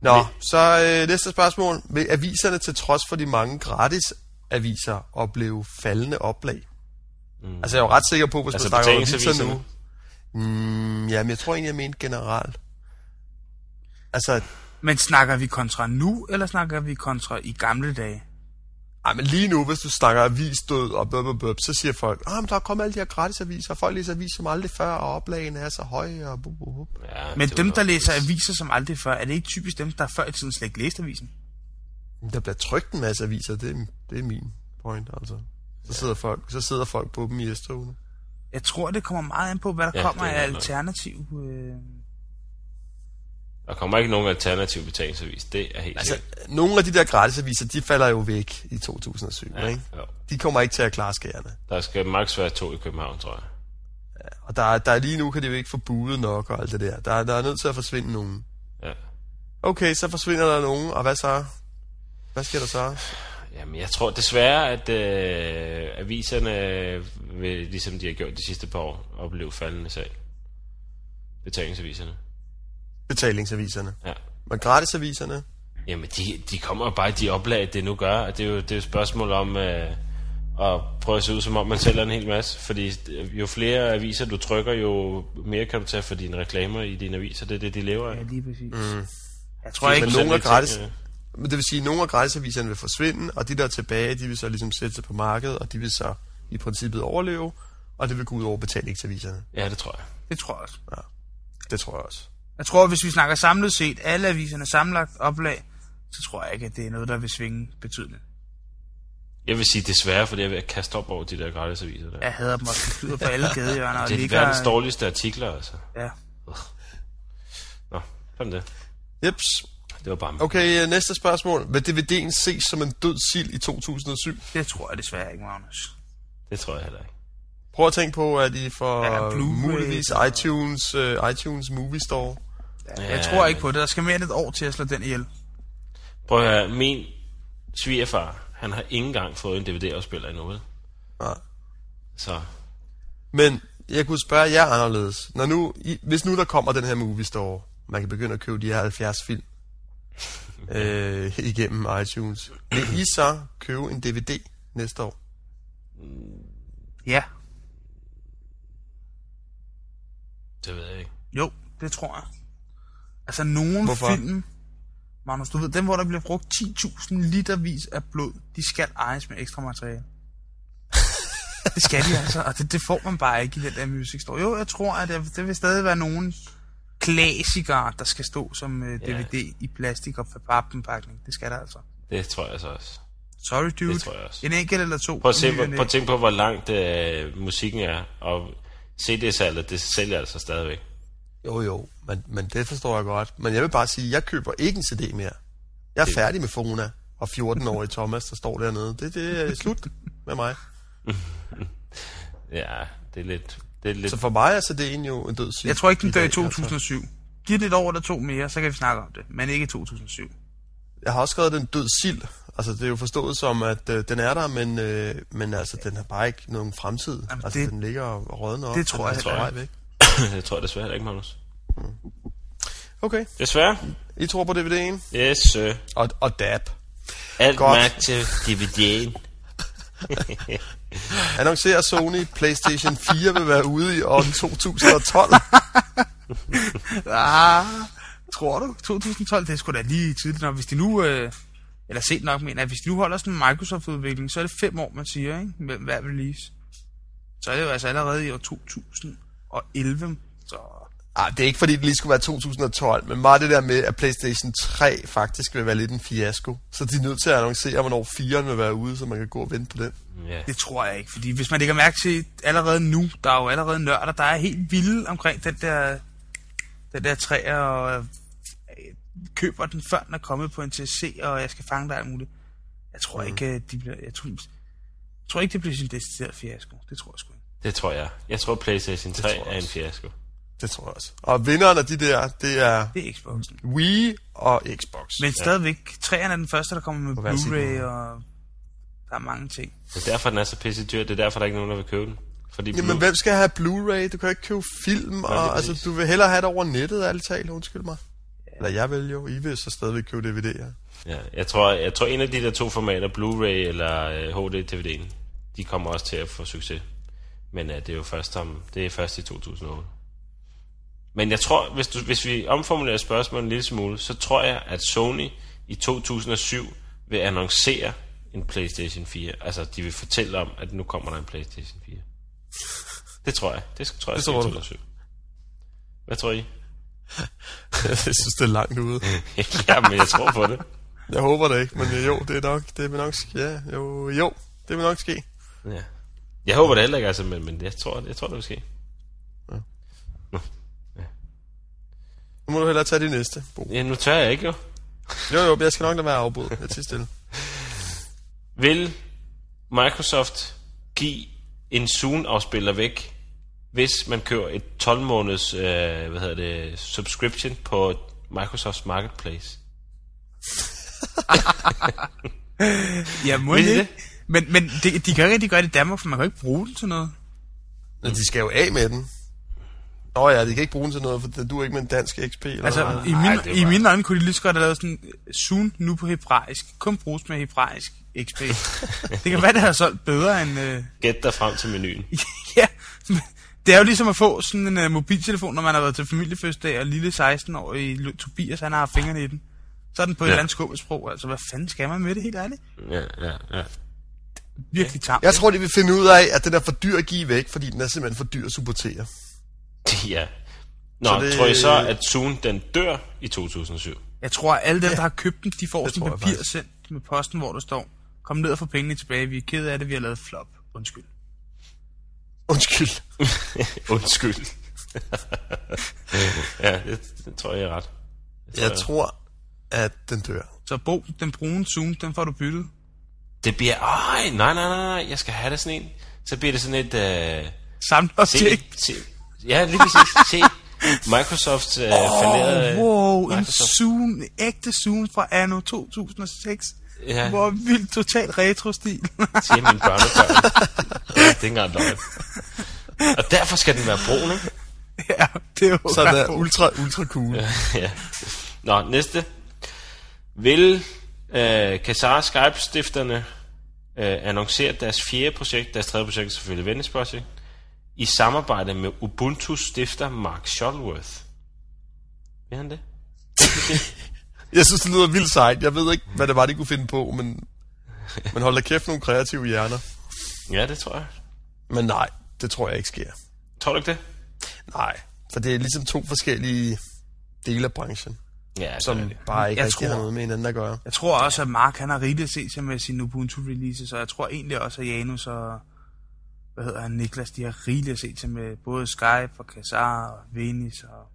B: Nå, så øh, næste spørgsmål. Vil aviserne til trods for de mange gratis aviser opleve faldende oplag? Mm. Altså jeg er jo ret sikker på, hvis
A: Altså,
B: altså, man snakker om aviser
A: betalingsaviserne?
B: nu. Mm, jamen jeg tror egentlig, jeg mente generelt. Altså,
C: Men snakker vi kontra nu, eller snakker vi kontra i gamle dage?
B: Ej, men lige nu, hvis du snakker avisdød og bøb, bøb, bøb, så siger folk, ah, men der er kommet alle de her gratis aviser, og folk læser aviser som aldrig før, og oplagene er så høje, og bu, bu, bu.
A: ja,
C: Men
A: det
C: dem,
A: var-
C: der læser aviser som aldrig før, er det ikke typisk dem, der før i tiden slet ikke læste avisen?
B: Men Der bliver trykt en masse aviser, det er, det er min point, altså. Så sidder, folk, så sidder folk på dem i S-togene.
C: Jeg tror, det kommer meget an på, hvad der
A: Ja,
C: ja, kommer
A: det er
C: af
A: nok.
C: alternativ. Øh...
A: Der kommer ikke nogen alternativ betalingsavis. Det er helt
B: Altså,
A: sikkert.
B: nogle af de der gratis aviser, de falder jo væk i 2007, ja. ikke?
A: Jo.
B: De kommer ikke til at klare skærene.
A: Der skal maks være to i København, tror jeg.
B: Og der, er- der er lige nu kan de jo ikke få budet nok og alt det der. Der, er- der er nødt til at forsvinde nogen.
A: Ja.
B: Okay, så forsvinder der nogen, og hvad så? Hvad sker der så?
A: Jamen, jeg tror desværre, at øh, aviserne, vil, ligesom de har gjort de sidste par år, opleve faldende sag. Betalingsaviserne.
B: Betalingsaviserne.
A: Ja.
B: Men gratisaviserne,
A: Jamen, de, de kommer jo bare i de oplag, det nu gør. og Det er jo, det er jo et spørgsmål om øh, at prøve at se ud, som om man sælger en hel masse. Fordi jo flere aviser du trykker, jo mere kan du tage for dine reklamer i dine aviser. Det er det, de lever af.
C: Ja, lige præcis. Mm. Jeg tror
A: Men
C: ikke,
B: Men nogle er
A: Procent
B: gratis.
A: af tingene.
B: Men det vil sige, at nogle af gratisaviserne vil forsvinde, og de der er tilbage, de vil så ligesom sætte sig på markedet, og de vil så i princippet overleve, og det vil gå ud over betalingsaviserne.
A: Ja, det tror jeg.
C: det tror jeg også.
B: Det tror jeg også.
C: Jeg tror, hvis vi snakker samlet set, alle aviserne samlet oplag, så tror jeg ikke, at det er noget, der vil svinge betydeligt.
A: Jeg vil sige desværre, fordi jeg er ved at kaste op over de der gratis aviser der.
C: Jeg hader dem også, de flyder på alle gadehjørner og
A: det er
C: ligger...
A: verdens dårligste artikler, altså.
C: Ja.
A: Nå, sådan det.
B: Jeps.
A: Det var bare mig.
B: Okay, øh, næste spørgsmål. Vil DVD'en ses som en død sild i 2007?
C: Det tror jeg desværre ikke, Magnus.
A: Det tror jeg heller ikke.
B: Prøv at tænke på, at I
C: Ja,
B: får
C: Blu-ray
B: muligvis
C: og-
B: iTunes, uh, iTunes Movie Store.
C: Ja, jeg tror ikke på det. Der skal mere end et år til at slå den ihjel.
A: Prøv at høre, min svigerfar, han har ikke engang fået en DVD-afspiller endnu, vel?
B: Nej.
A: Så
B: Men jeg kunne spørge jer anderledes. Når nu, I, hvis nu der kommer den her movie store, man kan begynde at købe de her 70 film øh, igennem iTunes. Vil I så købe en DVD næste år?
C: Ja.
A: det ved jeg ikke.
C: Jo, det tror jeg. Altså, nogen
B: Hvorfor?
C: film... Magnus, du ved, dem, hvor der bliver brugt 10.000 litervis af blod, de skal ejes med ekstra materiale. det skal de altså, og det, det får man bare ikke i den der music store. Jo, jeg tror, at det, det vil stadig være nogen klassikere, der skal stå som uh, DVD i plastik og papirpakning. Det skal der altså.
A: Det tror jeg så også.
C: Sorry, dude.
A: Det tror jeg også.
C: En enkelt eller to.
A: Prøv at, se,
C: Ny
A: hvor,
C: og næ.
A: prøv at tænke på, hvor langt øh, musikken er, og CD-salget, det sælger altså stadigvæk.
B: Jo, jo, men, men det forstår jeg godt. Men jeg vil bare sige, at jeg køber ikke en CD mere. Jeg er færdig med Fona og 14-årige Thomas, der står dernede. Det, det er slut med mig.
A: Ja, det er lidt... Det er lidt
B: Så for mig er CD'en jo en død sild.
C: Jeg tror ikke, den
B: i
C: dør i
B: dag, altså.
C: 2007. Giv det et år eller to mere, så kan vi snakke om det. Men ikke i 2007.
B: Jeg har også skrevet den død sild. Altså, det er jo forstået som, at øh, den er der, men, øh, men altså, den har bare ikke nogen fremtid. Jamen, altså,
C: det-
B: den ligger og og rådner op.
C: det tror
B: Den er
C: jeg
B: på
A: heller
B: vej
A: ikke.
B: væk.
A: det tror jeg desværre heller ikke, Magnus.
B: Okay,
A: Desværre.
B: I tror på DVD'en?
A: Yes, sir.
B: Og, og DAB.
A: Alt
B: Godt.
A: magt til DVD'en.
B: Annoncerer Sony, PlayStation 4 vil være ude i år 2012.
C: Ah, tror du? 2012, det er sgu da lige tidligt nok. Hvis de nu, øh, eller sent nok mener, at hvis de nu holder sådan en Microsoft-udvikling, så er det fem år, man siger, ikke? Mellem hver release. Så er det jo altså allerede i år 2011. Så
B: Ah, det er ikke fordi, det lige skulle være 2012, men meget det der med, at PlayStation 3 faktisk vil være lidt en fiasko. Så de er nødt til at annoncere, hvornår 4'eren vil være ude, så man kan gå og vente på den.
A: Ja.
C: det tror jeg ikke. Fordi hvis man lægger mærke til allerede nu, der er jo allerede nørder, der er helt vilde omkring den der, den der træer, og øh, køber den før den er kommet på en TC, og jeg skal fange dig og alt muligt. Jeg tror ikke, at de bliver, jeg tror, jeg tror ikke, det bliver sin decideret fiasko. Det tror jeg sgu ikke.
A: Det tror jeg. Jeg tror, PlayStation 3
B: tror jeg
A: er en
B: også.
A: fiasko.
B: Det tror jeg også. Og vinderen af de der, det er
C: Det er Xboxen.
B: Wii og Xbox.
C: Men stadigvæk, træerne er den første, der kommer med
B: hver sit
C: Blu-ray, og der er mange ting.
A: Det er derfor, den er så pisse dyr. Det er derfor, der er ikke nogen, der vil købe den. Fordi
B: Jamen,
A: Blu-
B: hvem skal have Blu-ray? Du kan ikke købe film,
A: lige
B: og altså,
A: præcis.
B: du vil hellere have det over nettet, alt talt, undskyld mig. Eller jeg vil jo, I vil så stadigvæk købe DVD'er.
A: ja, jeg, tror, jeg tror, en af de der to formater, Blu-ray eller øh, HD-DVD'en, de kommer også til at få succes. Men øh, det er jo først, om, det er først i 2008. Men jeg tror, hvis, du, hvis vi omformulerer spørgsmålet en lille smule, så tror jeg, at Sony i 2007 vil annoncere en PlayStation 4. Altså, de vil fortælle om, at nu kommer der en PlayStation 4. Det tror jeg. Det tror jeg
B: Det
A: sker
B: tror
A: i
B: du.
A: 2007. Hvad tror I?
B: jeg synes, det er langt ude.
A: ja, men jeg tror på det.
B: Jeg håber det ikke, men øh, jo, det er nok, det vil nok ske. Ja, jo, jo, det vil nok ske.
A: Ja. Jeg håber det heller ikke, altså, men, men jeg, tror, jeg tror, det vil ske.
B: Nu må du hellere tage de næste, Bo.
A: Ja, nu tør jeg ikke jo.
B: Jo, jo, jeg skal nok lade være afbrudt. Jeg til stille.
A: Vil Microsoft give en Zoom-afspiller væk, hvis man kører et 12-måneds øh, hvad hedder det, subscription på Microsofts Marketplace?
C: Ja, må
A: Ved I
C: det? Men, men de, de kan ikke rigtig gøre det i Danmark, for man kan jo ikke bruge den til noget.
B: Men de skal jo af med den. Nå ja, de kan ikke bruge den til noget, for det duer ikke med en dansk XP. Eller
C: Altså,
B: noget.
C: i, min,
A: nej, det er
C: i
A: bare-
C: mine øjne kunne de lige så godt have lavet sådan, øh, Zoom nu på hebraisk, kun bruges med hebraisk XP. det kan være, det har solgt bedre end... Øh,
A: Gæt dig frem til menuen.
C: ja, men det er jo ligesom at få sådan en øh, mobiltelefon, når man har været til familiefødselsdag, og lille 16-årige Lu- Tobias, han har haft fingrene i den. Så er den på ja. et
A: Ja.
C: eller andet skummelsprog. Altså, hvad fanden skal man med det, helt ærligt?
A: Ja, ja, ja.
C: Virkelig tamt.
B: Jeg tror, de vil finde ud af, at den er for dyr at give væk, fordi den er simpelthen for dyr at supportere.
A: ja. Nå,
B: Så
A: så
B: det-
A: det... tror I så, at Zoom den dør i 2007?
C: Jeg tror, at alle dem, der har købt den, de får
B: det
C: sådan
B: tror
C: en
B: jeg
C: papir
B: faktisk.
C: sendt med posten, hvor der står, kom ned og få pengene tilbage, vi er ked af det, vi har lavet flop. Undskyld.
B: Undskyld.
A: Undskyld. ja, det, det tror jeg er ret. Det
B: Jeg tror, at den dør.
C: Så Bo, den brune Zoom, den får du byttet.
A: Det bliver, ej, nej, nej, nej, nej, jeg skal have det sådan en. Så bliver det sådan et, øh,
C: Samt
A: se,
C: objekt.
A: se, ja, lige præcis, se, Microsoft øh, oh, falderede,
C: Åh, wow, en
A: Microsoft,
C: Zoom, en ægte Zoom fra anno 2006.
A: Ja.
C: Ja. Hvor vildt total retro-stil.
A: siger mine børnebørn. ja, det er ikke engang løgn. Og derfor skal den være brun, ikke?
C: ja, det er jo
B: Så den er
C: ret-
B: ultra, ultra cool.
A: ja. Nå, næste. Vil øh, Kazar Skype-stifterne øh, annoncere deres fjerde projekt, deres tredje projekt er selvfølgelig Venice Project, i samarbejde med Ubuntu-stifter Mark Shuttleworth? Vil han det?
B: Jeg synes, det lyder vildt sejt. Jeg ved ikke, hvad det var, de kunne finde på, men, men hold da kæft nogle kreative hjerner.
A: Ja, det tror jeg.
B: Men nej, det tror jeg ikke sker.
A: Tror du ikke det?
B: Nej, for det er ligesom to forskellige dele af branchen,
A: Ja, det
B: som
A: er det.
B: bare ikke
C: Jeg
B: rigtig
C: tror-
B: har noget med hinanden at gøre.
C: Jeg tror også, at Mark han har rigeligt at se sig med sine Ubuntu-releases, og jeg tror egentlig også, at Janus og hvad hedder han, Niklas, de har rigeligt at se sig med både Skype og Kazar og Venice. Og...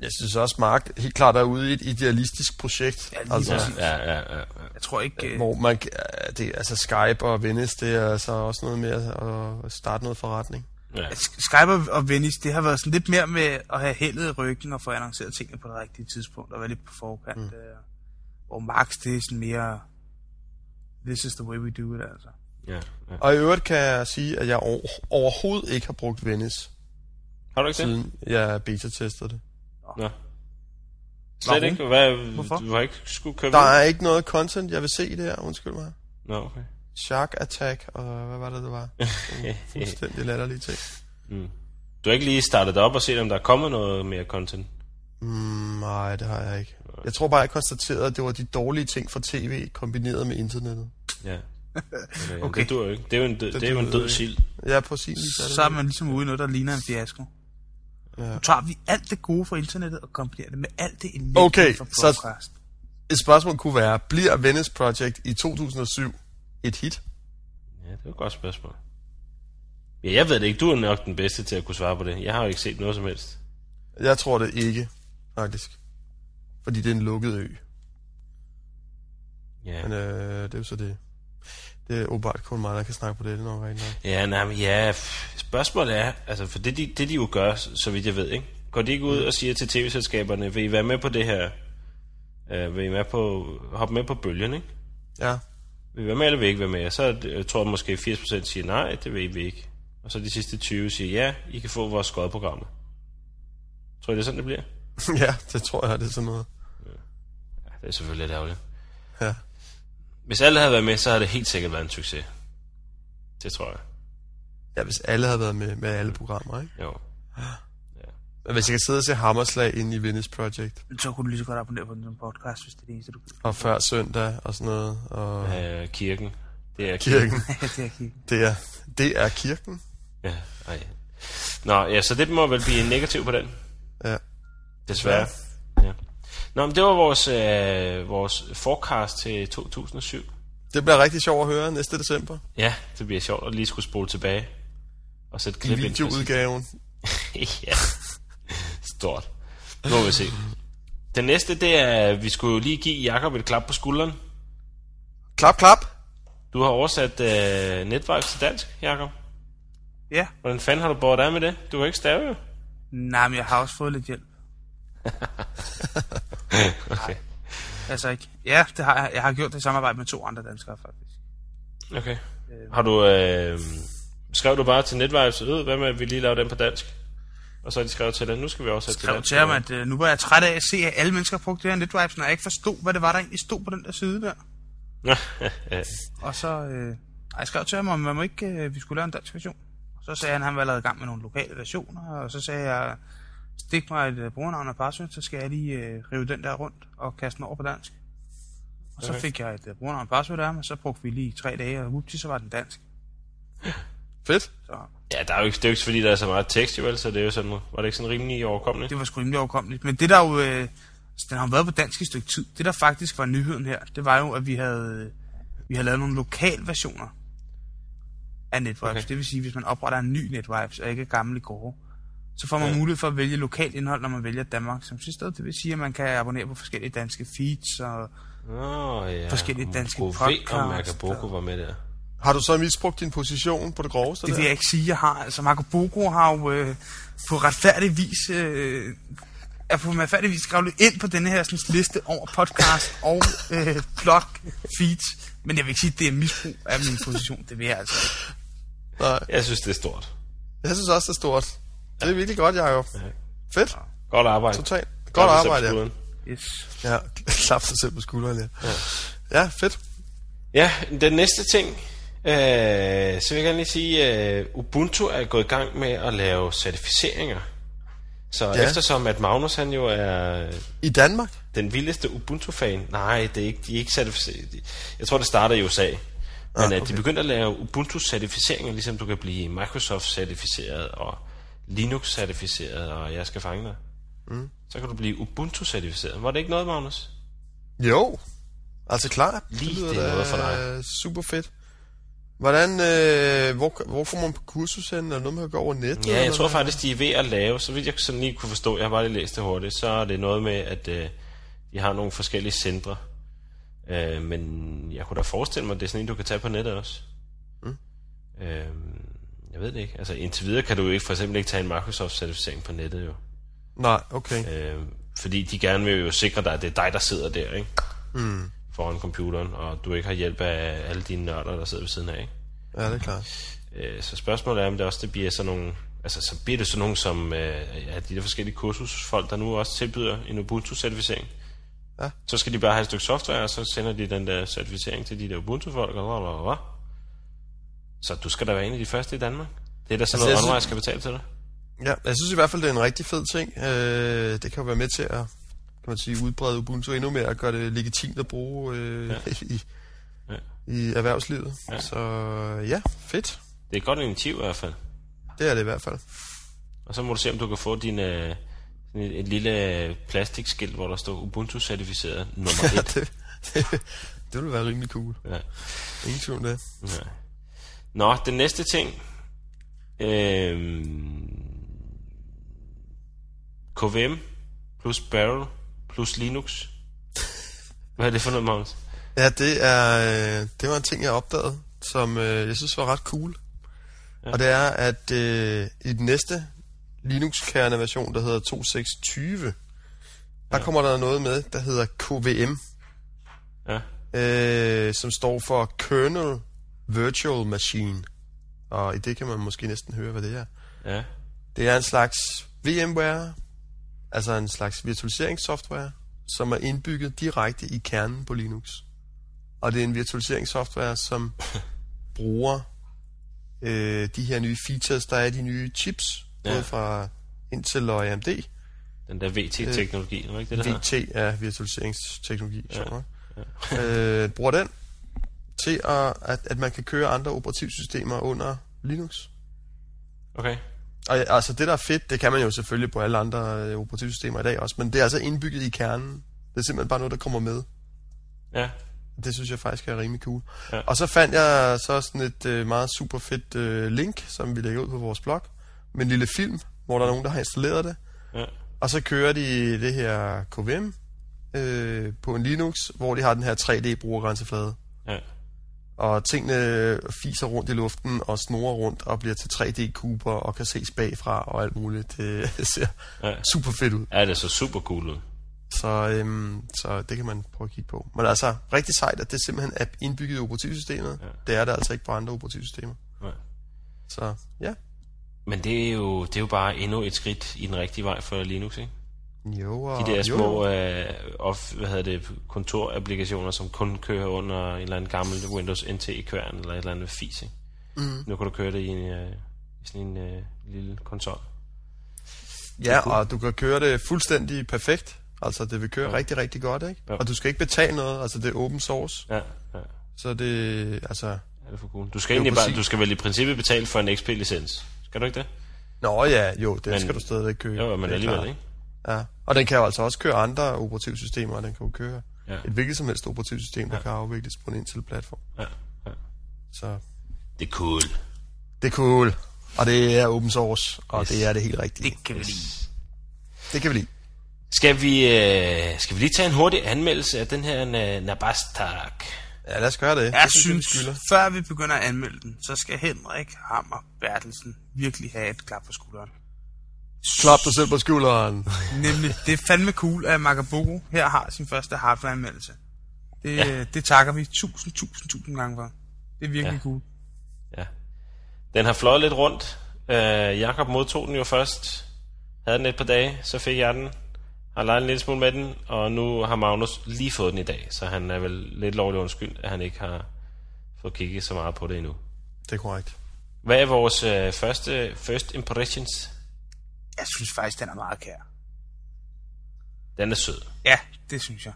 B: Jeg synes også, Mark helt klart er ude i et idealistisk projekt. Altså,
C: lige præcis.
A: Ja, ja, ja, ja.
C: Jeg tror ikke... Øh,
B: hvor man, kan- det, altså Skype og Venice, det er altså også noget med at, at starte noget forretning.
A: Ja.
C: Sk- Skype og- og Venice, det har været sådan lidt mere med at have heldet i ryggen og få annonceret tingene på det rigtige tidspunkt og være lidt på forkant. Mm. Hvor Max, det er sådan mere, this is the way we do it, altså.
B: Mm,
A: Ja, ja.
B: Og i øvrigt kan jeg sige, at jeg over- overhovedet ikke har brugt Venice,
A: Har du ikke det?
B: siden jeg beta-testede det.
A: Nå. Slet
C: Nå,
A: ikke? Hvad,
C: Hvorfor?
A: Du har ikke skulle købe
B: Der er ikke noget content, jeg vil se det her, undskyld mig.
A: Nå, okay.
B: Shark Attack, og hvad var det, det var? Nogle Fuldstændig latterlige ting.
A: Mm. Du har ikke lige startet op og set, om der er kommet noget mere content?
B: Mm, nej, det har jeg ikke. Jeg tror bare, jeg konstaterede, at det var de dårlige ting fra tv kombineret med internettet.
A: Ja. Okay.
C: Okay.
A: Det dur jo ikke. Det er jo en, død, det er jo en
B: duer
A: død
B: ikke.
A: sild.
B: Ja, præcis. er det
C: Så er
B: det.
C: man ligesom ude i noget, der ligner en fiasko.
B: Ja.
C: Ja. Nu tager vi alt det gode fra internettet og kombinerer det med alt det elendige
B: Okay,
C: fra
B: så-
C: podcast.
B: Et spørgsmål kunne være, bliver Venice Project i 2007 et hit?
A: Ja, det er jo et godt spørgsmål. Ja, jeg ved det ikke. Du er nok den bedste til at kunne svare på det. Jeg har jo ikke set noget som helst.
B: Jeg tror det ikke, faktisk. Fordi det er en lukket ø.
A: Ja,
B: Men øh, det er jo så det. Det er åbenbart kun mig, der kan snakke på det, det er nok rigtigt nok.
A: ja, nej, men ja f- spørgsmålet er, altså, for det de, det de jo gør, så vidt jeg ved, ikke? går de ikke ud og siger til tv-selskaberne, vil I være med på det her? Uh, vil I være på, hoppe med på bølgen, ikke?
B: Ja,
A: Vil I være med, eller vil I ikke være med? Og Så er det- jeg tror jeg måske 80% siger nej, det vil I vil ikke. Og så de sidste 20 siger ja, I kan få vores skodprogrammer. Tror I, det er sådan, det bliver?
B: ja det tror jeg, det er sådan noget.
A: Ja, det er selvfølgelig lidt ærgerligt.
B: Ja.
A: Hvis alle havde været med, så havde det helt sikkert været en succes. Det tror jeg.
B: ja, hvis alle havde været med med alle programmer, ikke?
A: Jo.
B: Men hvis jeg kan sidde og se Hammerslag inde i Venice Project,
C: Så kunne du lige så godt abonnere på den som podcast, hvis det er det eneste, du kan.
B: og før søndag og sådan noget, og ja.
A: Øh, kirken. Det er kirken.
B: kirken.
C: det er ikke-
B: Det er, det er kirken.
A: Ja, ej. Nå, ja, så det må vel blive en negativ på den.
B: Ja.
A: Desværre. Ja. Nå, men det var vores, øh, vores forecast til 2007.
B: Det bliver rigtig sjovt at høre næste december.
A: Ja, det bliver sjovt at lige skulle spole tilbage. Og sætte
B: I
A: klip ind.
B: videoudgaven.
A: ja. Stort. Nu må vi se. Den næste, det er, at vi skulle jo lige give Jakob et klap på skulderen.
B: Klap, klap.
A: Du har oversat øh, netvibes til dansk, Jakob.
C: Ja.
A: Hvordan fanden har du båret af med det? Du har ikke stave, jo.
C: Nej, men jeg har også fået lidt hjælp.
A: Okay.
C: Altså ikke. Ja, det har jeg. Jeg har gjort det i samarbejde med to andre danskere, faktisk.
A: okay. Har du... Øh, skrev du bare til netvibes, øh, hvad med, at vi lige laver den på dansk? Og så har de skrevet til dig, nu skal vi oversætte til
C: skrev
A: dansk.
C: til ham, at øh, nu var jeg træt af at se, at alle mennesker brugte det her netvibes, når jeg ikke forstod, hvad det var, der egentlig stod på den der side der. Og så øh, ej, jeg skrev til ham, om man må ikke, øh, vi skulle lave en dansk version. Og så sagde han, at han var allerede i gang med nogle lokale versioner, og så sagde jeg, stik mig et øh, brugernavn og password, så skal jeg lige øh, rive den der rundt og kaste den over på dansk. Og så fik jeg et øh, brugernavn og password af ham, og så brugte vi lige tre dage, og whoopty, så var den dansk.
B: Fedt.
C: Så
A: ja, der er jo ikke, det er jo ikke, fordi der er så meget tekst, jo, vel, så det er jo sådan, var det ikke sådan rimelig overkommeligt?
C: det var sgu rimelig overkommeligt. Men det der jo, øh, altså, den har jo været på dansk i et stykke tid. Det der faktisk var nyheden her, det var jo, at vi havde, øh, vi havde lavet nogle lokale versioner af Netvibes.
A: Okay.
C: Okay. Det vil sige, hvis man opretter en ny Netvibes og ikke gamle gårde, så får man
A: Ja.
C: ja. mulighed for at vælge lokalt indhold, når man vælger Danmark som sidste sted. Det vil sige, at man kan abonnere på forskellige danske feeds og
A: Nå, ja.
C: Forskellige danske
A: podcasts. og
C: podcasts,
A: Makaboko var med der.
B: Har du så misbrugt din position på det groveste?
C: Det vil
B: der?
C: jeg ikke sige, jeg har. Altså, Marco Bogo har jo øh, på retfærdig vis... Øh, er på retfærdig vis skrevet ind på denne her sådan, liste over podcast og øh, blog feeds. Men jeg vil ikke sige, at det er misbrug af min position. Det vil jeg altså ikke.
B: Nej.
A: Jeg synes, det er stort.
B: Jeg synes også, det er stort. Det er virkelig godt, Jacob.
A: Ja.
B: Fedt.
A: Godt arbejde.
B: Totalt.
A: Klap
B: Godt
A: dig selv på
B: arbejde, ja.
A: skulderen.
C: Yes.
B: Ja, klap dig selv på skulderen, ja. Ja, fedt.
A: Ja, den næste ting, øh, så vil jeg gerne lige sige, øh, Ubuntu er gået i gang med at lave certificeringer. Så ja.
B: Ja.
A: eftersom at Magnus han jo er øh,
B: I Danmark?
A: den vildeste Ubuntu-fan, nej, det er ikke, de er ikke certificeret. Jeg tror, det starter i USA. Men ah, okay. at de begyndte at lave Ubuntu-certificeringer, ligesom du kan blive Microsoft-certificeret og Linux-certificeret, og jeg skal fange dig. Mm. Så kan du blive Ubuntu-certificeret. Var det ikke noget, Magnus?
B: Jo. Altså klart.
A: Lige det er noget for dig.
B: øh, super fedt. Hvordan, øh, hvor, hvor får man på kursus hen? Er der noget, man kan gå over nettet?
A: Ja, jeg
B: eller
A: tror
B: hvad?
A: faktisk, de er ved at lave, så vidt jeg sådan lige kunne forstå, jeg har bare lige læst det hurtigt, så er det noget med, at øh, de har nogle forskellige centre. Øh, men jeg kunne da forestille mig, at det er sådan en, du kan tage på nettet også. Mm. Øh, jeg Jeg ved det ikke. Altså indtil videre kan du jo ikke for eksempel ikke tage en Microsoft-certificering på nettet jo.
B: Nej, okay.
A: Øh, fordi de gerne vil jo sikre dig, at det er dig, der sidder der, ikke?
B: Mm.
A: Foran computeren, og du ikke har hjælp af alle dine nørder, der sidder ved siden af, ikke?
B: Ja, det er klart.
A: Øh, så spørgsmålet er, om det også det bliver sådan nogle... Altså, så bliver det sådan nogle som øh, ja, de der forskellige kursusfolk, der nu også tilbyder en Ubuntu-certificering.
B: Ja.
A: Så skal de bare have et stykke software, og så sender de den der certificering til de der Ubuntu-folk, og bla, bla, bla. Så du skal da være en af de første i Danmark. Det er da sådan
B: Altså, jeg
A: noget,
B: synes-
A: OnRise skal betale til dig.
B: Ja, jeg synes i hvert fald, det er en rigtig fed ting. Øh, det kan jo være med til at kan man sige, udbrede Ubuntu endnu mere og gøre det legitimt at bruge øh, ja.
A: Ja.
B: i,
A: Ja.
B: i erhvervslivet. Ja.
A: Ja.
B: Så ja, fedt.
A: Det er et godt initiativ i hvert fald.
B: Det er det i hvert fald.
A: Og så må du se, om du kan få din, øh, sådan et, et lille øh, plastikskilt, hvor der står Ubuntu-certificeret nummer 1.
B: det, det, det ville være rimelig cool.
A: ja.
B: Ingen tvivl om det.
A: Nej. Nå, den næste ting. Øhm, KVM plus Barrel plus Linux. Hvad er det for noget, Magnus?
B: Ja, det er øh, det var en ting, jeg opdagede, som øh, jeg synes var ret cool. Ja.
A: Ja.
B: Og det er, at øh, i den næste Linux-kerneversion, der hedder 2.6.20, der
A: Ja.
B: kommer der noget med, der hedder KVM,
A: Ja,
B: øh, som står for Kernel Virtual Machine. Og i det kan man måske næsten høre, hvad det er.
A: ja,
B: Det er en slags VMware, altså en slags virtualiseringssoftware, som er indbygget direkte i kernen på Linux. Og det er en virtualiseringssoftware, som bruger øh, de her nye features, der er i de nye chips, både
A: Ja.
B: fra Intel og AMD.
A: den der VT-teknologi, var det ikke det, der hedder?
B: VT er virtualiseringsteknologi, ja. sjovt nok.
A: Ja.
B: øh, bruger den til, at, at, at man kan køre andre operativsystemer under Linux.
A: Okay,
B: Og ja, altså det, der er fedt, det kan man jo selvfølgelig på alle andre øh, operativsystemer i dag også, men det er altså indbygget i kernen. Det er simpelthen bare noget, der kommer med.
A: ja,
B: Det synes jeg faktisk er rimelig cool. Ja.
A: Ja.
B: Og så fandt jeg så sådan et øh, meget super fedt øh, link, som vi lægger ud på vores blog, med en lille film, hvor der er nogen, der har installeret det.
A: ja,
B: Og så kører de det her KVM øh, på en Linux, hvor de har den her 3D-brugergrænseflade.
A: ja.
B: Og tingene fiser rundt i luften og snorer rundt og bliver til 3D-kuber og kan ses bagfra og alt muligt. Det ser
A: ja.
B: super fedt ud.
A: Ja, det så super cool ud.
B: Så, øhm, så det kan man prøve at kigge på. Men altså, rigtig sejt, at det simpelthen er indbygget i operativsystemet. Ja.
A: Ja.
B: Det er det altså ikke på andre operativsystemer.
A: Nej.
B: Så ja,
A: Men det er, jo, det er jo bare endnu et skridt i den rigtige vej for Linux, ikke?
B: jo og...
A: De der
B: jo,
A: små øh, off, hvad hedder det, kontorapplikationer, som kun kører under en eller anden gammel Windows NT i kværn eller et eller andet fis. Ikke?
B: Mm.
A: Nu kan du køre det i, en, øh, i sådan en øh, lille konsol.
B: Ja, og du kan køre det fuldstændig perfekt. Altså, det vil køre ja.
A: Ja.
B: rigtig, rigtig godt, ikke? Ja.
A: Ja.
B: Og du skal ikke betale noget. Altså, det er open source.
A: Ja, ja.
B: Så det, altså...
A: Er det for cool? Du skal,
B: Jo,
A: egentlig bare,
B: præcis.
A: du skal vel i princippet betale for en XP-licens. Skal du ikke det?
B: Nå ja, jo, det men,
A: Men-
B: skal du stadigvæk købe.
A: Jo, men
B: det er klart.
A: alligevel, ikke?
B: Ja. Og den kan jo altså også køre andre operativsystemer, og den kan jo køre
A: Ja.
B: et hvilket som helst operativsystem, der ja.
A: Ja.
B: kan afvikles på en Intel-platform.
A: Ja, ja.
B: Så
A: Det er cool.
B: Det er cool. Og det er open source, og yes.
A: Yes.
B: det er det helt rigtige.
C: Det
B: Det,
C: kan vi lide.
B: det kan vi lide.
A: Skal vi, øh, skal vi lige tage en hurtig anmeldelse af den her øh, Nabastak?
B: Ja, lad os gøre det.
C: Jeg
B: det
C: synes,
B: vi skylder.
C: før vi begynder at anmelde den, så skal Henrik Hammer Bertelsen virkelig have et klap på skulderen.
B: Klap dig selv på skulderen.
C: Nemlig, det er fandme cool, at Magabogo her har sin første hardware-anmeldelse. Det, ja. det takker vi tusind, tusind, tusind gange for. Det er virkelig ja.
A: Ja.
C: cool.
A: Ja. Den har fløjet lidt rundt. Øh, Jakob modtog den jo først. Havde den et par dage, så fik jeg den. Har leget en lille smule med den, og nu har Magnus lige fået den i dag, så han er vel lidt lovlig undskyld, at han ikke har fået kigget så meget på det endnu.
B: Det er korrekt.
A: Hvad er vores øh, første first impressions?
C: Jeg synes faktisk, den er meget kær.
A: Den er sød.
C: Ja, det synes jeg.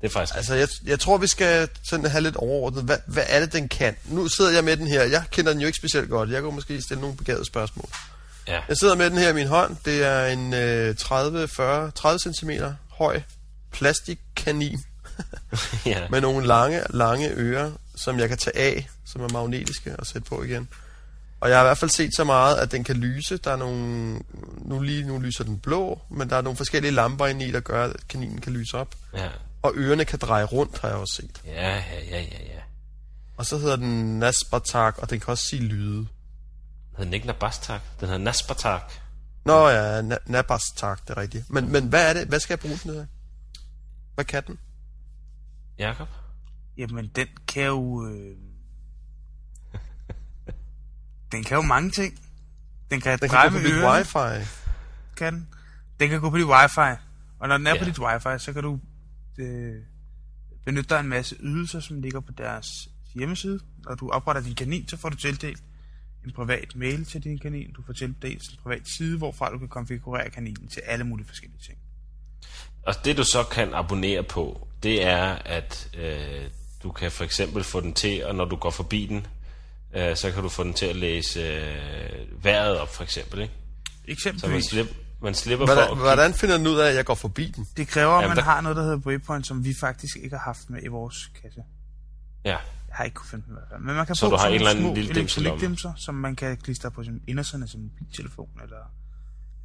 A: Det er faktisk...
B: Altså, jeg, jeg tror, vi skal sådan have lidt overordnet. Hvad, hvad er det, den kan? Nu sidder jeg med den her. Jeg kender den jo ikke specielt godt. Jeg kunne måske stille nogle begavede spørgsmål.
A: Ja,
B: Jeg sidder med den her i min hånd. Det er en øh, 30, 40, 30 cm høj plastikkanin
A: ja,
B: med nogle lange, lange ører, som jeg kan tage af, som er magnetiske, og sætte på igen. Og jeg har i hvert fald set så meget, at den kan lyse. Der er nogle, nu lige nu lyser den blå, men der er nogle forskellige lamper inde i, der gør, at kaninen kan lyse op.
A: ja,
B: Og ørerne kan dreje rundt, har jeg også set.
A: ja, ja, ja, ja, ja.
B: Og så hedder den Nasbartak, og den kan også sige lyde.
A: Den hed ikke Nabastak, den hed Nasbatak.
B: Nå ja, na- Nabas tak, det er rigtigt. Men, men hvad er det? Hvad skal jeg bruge den til? Hvad kan den?
A: Jakob?
C: Jamen, den kan jo... Øh... Den kan jo mange ting. Den kan
B: Den kan
C: dreje
B: gå
C: med
B: forbi
C: ørerne,
B: wifi.
C: kan den. Den kan gå på dit wifi. Og når den er
A: Ja.
C: på dit wifi, så kan du øh, benytte dig af en masse ydelser, som ligger på deres hjemmeside. Når du opretter din kanin, så får du tildelt en privat mail til din kanin. Du får tildelt en privat side, hvorfra du kan konfigurere kaninen til alle mulige forskellige ting.
A: Og det du så kan abonnere på, det er, at øh, du kan for eksempel få den til, og når du går forbi den, øh, så kan du få den til at læse øh, vejret op, for eksempel. Ikke? Så man,
C: Eksempelvis,
A: slip, man slipper for
B: Hvordan,
A: at
B: hvordan finder den ud af, at jeg går forbi den?
C: det kræver, at
A: Jamen,
C: man
A: der-
C: har noget, der hedder Waypoint, som vi faktisk ikke har haft med i vores kasse.
A: kigge- Ja,
C: Jeg har ikke kunne finde dem i hvert fald. Men man kan
A: Så
C: få
A: du har
C: sådan
A: en eller
C: nogle
A: anden
C: små
A: lille dimse i lommen.
C: elektronikdimser, som man kan klistre på sin indersiden af sin mobiltelefon, eller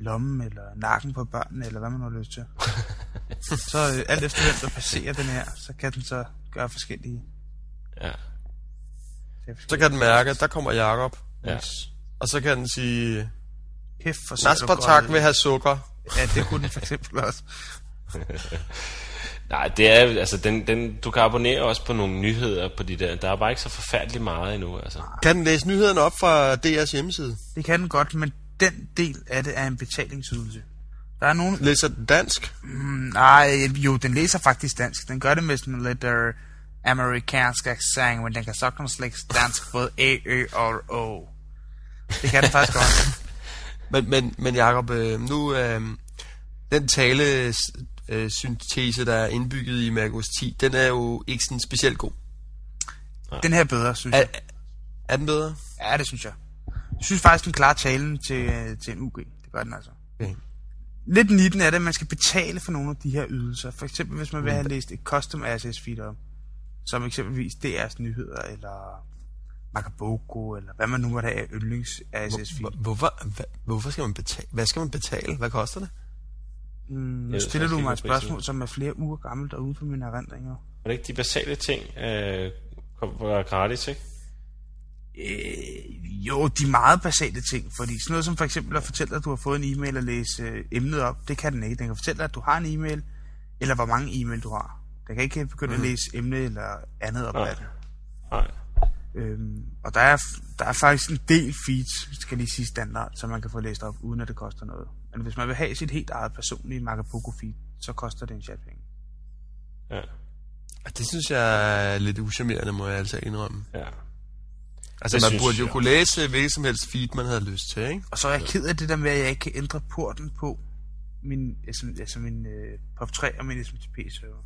C: lommen, eller nakken på børnene, eller hvad man har lyst til. så øh, alt efter hvem, der passerer den her, så kan den så gøre forskellige...
A: ja,
C: tage
B: Så
C: forskellige-
B: kan den mærke, at der kommer Jakob.
A: ja.
B: Og så kan den sige,
C: Kæft for så er du
B: Naspartak
C: godt.
B: vil have sukker.
C: Ja, det kunne den for eksempel også.
A: Nej, det er, altså, den, den, du kan abonnere også på nogle nyheder på de der. Der er bare ikke så forfærdeligt meget endnu, altså.
B: Kan den læse nyhederne op fra DR's hjemmeside?
C: Det kan den godt, men den del af det er en betalingsydelse. Der er nogle
B: Læser den dansk?
C: Mm, nej, jo, den læser faktisk dansk. Den gør det med sådan lidt øh, amerikansk accent, men den kan sagtens læse dansk både A, Ø og O. Det kan den faktisk godt.
B: Men, men, men Jacob, øh, nu øh, den tale øh, syntese, der er indbygget i Mac OS 10, den er jo ikke sådan specielt god.
C: Den her er bedre, synes
B: Er,
C: jeg.
B: er den bedre?
C: Ja, det synes jeg. Jeg synes faktisk, den klarer talen til, øh, til en UG. Det gør den altså.
B: Okay.
C: Lidt nitten er det, at man skal betale for nogle af de her ydelser. For eksempel, hvis man vil have læst et custom RSS feed op, som eksempelvis DR's nyheder, eller Macaboco, eller hvad man nu måtte have af yndlings RSS feed.
B: Hvor, hvorfor, hva, hvorfor skal man betale? Hvad skal man betale? Hvad koster det?
C: Mm, nu
A: ved
C: stiller
A: faktisk ikke,
C: du mig
A: hvad
C: et spørgsmål, som er flere uger gammelt og ude på mine erindringer.
A: Var det ikke de basale ting, øh, kom- var gratis, ikke?
C: Øh, jo, de meget basale ting, fordi sådan noget som for eksempel at fortælle dig, at du har fået en e-mail og læse øh, emnet op, det kan den ikke. Den kan fortælle dig, at du har en e-mail, eller hvor mange e-mail du har. Den kan ikke begynde mm-hmm. at læse emne eller andet op
A: Nej.
C: af den.
A: Nej.
C: Øhm, og der er, f- der er faktisk en del feeds, skal jeg lige sige standard, som man kan få læst op, uden at det koster noget. Men hvis man vil have sit helt eget personlige Macapoco feed, så koster det en chat penge.
A: Ja,
B: Det synes jeg er lidt uschammerende, må jeg altså indrømme.
A: ja.
B: Altså,
A: Det
B: det man
A: synes
B: burde jo
A: jeg.
B: kunne læse hvilket som helst feed, man havde lyst til, ikke?
C: Og så er jeg ked af det der med, at jeg ikke kan ændre porten på min, altså, altså min øh, POP3 og min SMTP-server.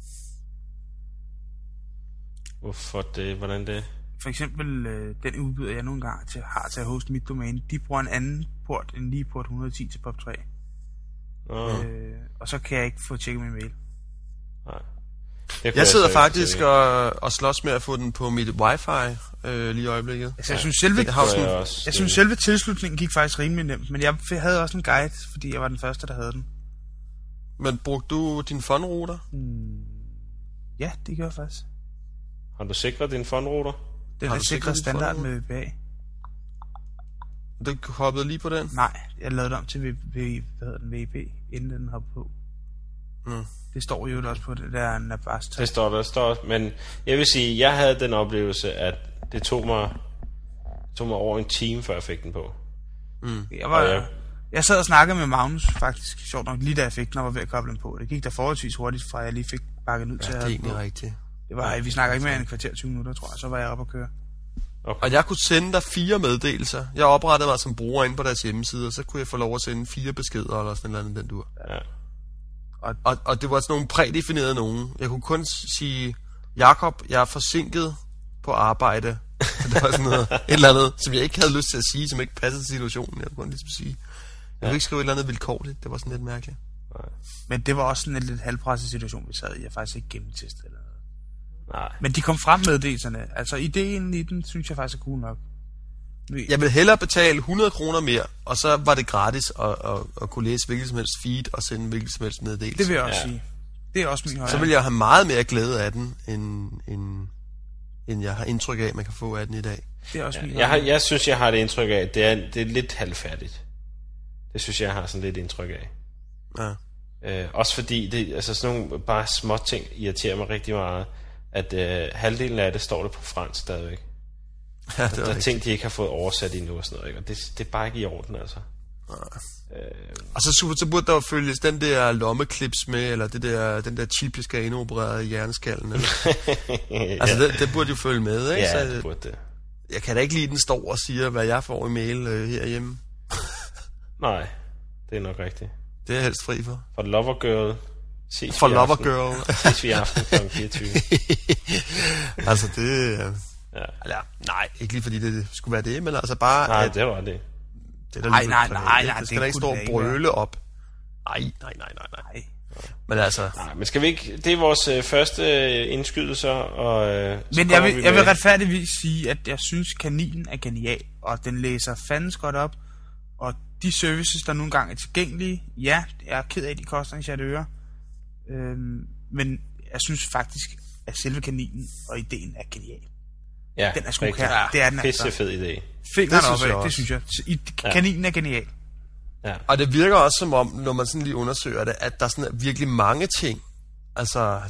A: Hvorfor det? Hvordan det?
C: For eksempel øh, den udbyder, jeg nogle gange til, har til at hoste mit domæne, de bruger en anden port end lige port 110 til POP3.
A: Nå,
C: Mm. Øh, og så kan jeg ikke få tjekket min mail.
A: nej.
B: Jeg sidder faktisk og, og slås med at få den på mit wifi øh, lige i øjeblikket.
C: Altså, jeg synes selve,
B: det har
A: jeg,
B: sådan-
A: også,
C: jeg synes, selve tilslutningen gik faktisk rimelig nemt, men jeg f- havde også en guide, fordi jeg var den første, der havde den.
B: Men brugte du din fundruter?
C: Ja, det gjorde jeg faktisk.
A: Har du sikret din fondruter?
C: Den
B: Har
C: er
B: du
C: sikret
B: sikret din
C: standard
B: forhånd?
C: med VBA.
B: Du hoppede lige på den?
C: Nej, jeg lavede det om til v- v- hvad hedder den, VB, inden den hoppede på.
B: Mm.
C: Det står jo også på det der Nabasta.
A: Det står der, det står også. Men jeg vil sige, jeg havde den oplevelse, at det tog mig, tog mig over en time, før jeg fik den på.
C: Jeg, var,
A: Ja, ja.
C: jeg sad og snakkede med Magnus faktisk, sjovt nok, lige da jeg fik den og var ved at koble den på. Det gik da forholdsvis hurtigt, fra jeg lige fik pakket den ud til
B: Ja,
C: at
B: det er
C: have den
B: egentlig
C: på.
B: rigtigt.
C: det var, vi snakker ikke mere end en kvarter 20 minutter, tror jeg, så var jeg oppe at køre.
B: Og jeg kunne sende dig fire meddelelser. Jeg oprettede mig som bruger inde på deres hjemmeside, og så kunne jeg få lov at sende fire beskeder eller sådan noget den dur.
A: Ja.
B: Og, og det var sådan nogle prædefinerede nogen. Jeg kunne kun s- sige, Jakob, jeg er forsinket på arbejde. Så det var sådan noget, et eller andet, som jeg ikke havde lyst til at sige, som ikke passede til situationen. Jeg kunne kun ligesom sige, jeg kunne ikke skrive et eller andet vilkårligt. Det var sådan lidt mærkeligt.
A: Nej.
C: Men det var også sådan en lidt halvpresset situation, vi sad i. Jeg faktisk ikke gennemtestet eller noget.
A: Nej.
C: Men de kom frem med meddelserne. Altså, ideen i den, synes jeg faktisk er cool nok. Vi,
B: Jeg ville hellere betale 100 kroner mere, og så var det gratis at, at, at kunne læse hvilket som helst feed og sende hvilket som helst meddelelse.
C: det vil jeg også
A: Ja.
C: sige. Det er også min højre.
B: så vil jeg have meget mere glæde af den, end, end, end jeg har indtryk af, man kan få af den i dag.
C: Det er også min
A: Jeg, har, jeg synes, jeg har det indtryk af, at det er, det er lidt halvfærdigt. Det synes jeg, jeg har sådan lidt indtryk af.
B: Ja.
A: Øh, også fordi det, altså sådan nogle bare små ting irriterer mig rigtig meget, at øh, halvdelen af det står der på fransk stadigvæk.
B: ja, det
A: Der er
B: var rigtigt.
A: ting, de ikke har fået oversat endnu og sådan noget, ikke? og det, det er bare ikke i orden, altså.
B: Og så, super, så burde der jo følges den der lommeklips med, eller det der, den der chip, jeg skal have indopereret i hjerneskallen. Eller. Altså,
A: ja,
B: det, det, burde jo følge med, ikke?
A: ja, det
B: så,
A: burde det.
B: jeg kan da ikke lide, den står og siger, hvad jeg får i mail øh, herhjemme.
A: Nej, det er nok rigtigt.
B: Det er jeg helst fri for.
A: For Lover Girl, ses
B: For
A: vi i
B: lover
A: aften.
B: girl.
A: Ses vi i aften kl. 24.
B: altså, det... øh,
A: Ja.
B: Eller, nej, ikke lige fordi det skulle være det, men altså bare...
A: Nej,
B: at-
A: det var det.
B: Det er da
C: Nej,
B: lidt
C: nej,
B: privat,
C: nej,
B: ikke?
C: nej,
B: Det skal
C: det
B: da ikke
C: kunne
B: stå og
C: det da ikke
B: brøle op. Nej, nej, nej, nej, nej.
C: Nej.
B: Men altså,
A: Nej, men skal vi ikke... Det er vores øh, første øh, indskydelser, og... Øh, så
C: Men
A: kommer
C: jeg vil,
A: vi
C: jeg vil
A: med-
C: retfærdigvis sige, at jeg synes, kaninen er genial, og den læser fandens godt op, og de services, der nu engang er tilgængelige, ja, jeg er ked af, at de koster en chat øre, øhm, men jeg synes faktisk, at selve kaninen og ideen er genial.
A: Ja,
C: Den er sgu
A: rigtig.
C: kær. Det er den altså.
A: Pisse fed idé.
C: Fingeren
B: synes jeg
C: opad, det
B: også.
C: synes jeg. Så I-
A: Ja.
C: Kaninen er genial.
A: Ja.
B: og det virker også som om, når man sådan lige undersøger det, at der sådan er virkelig mange ting. Altså,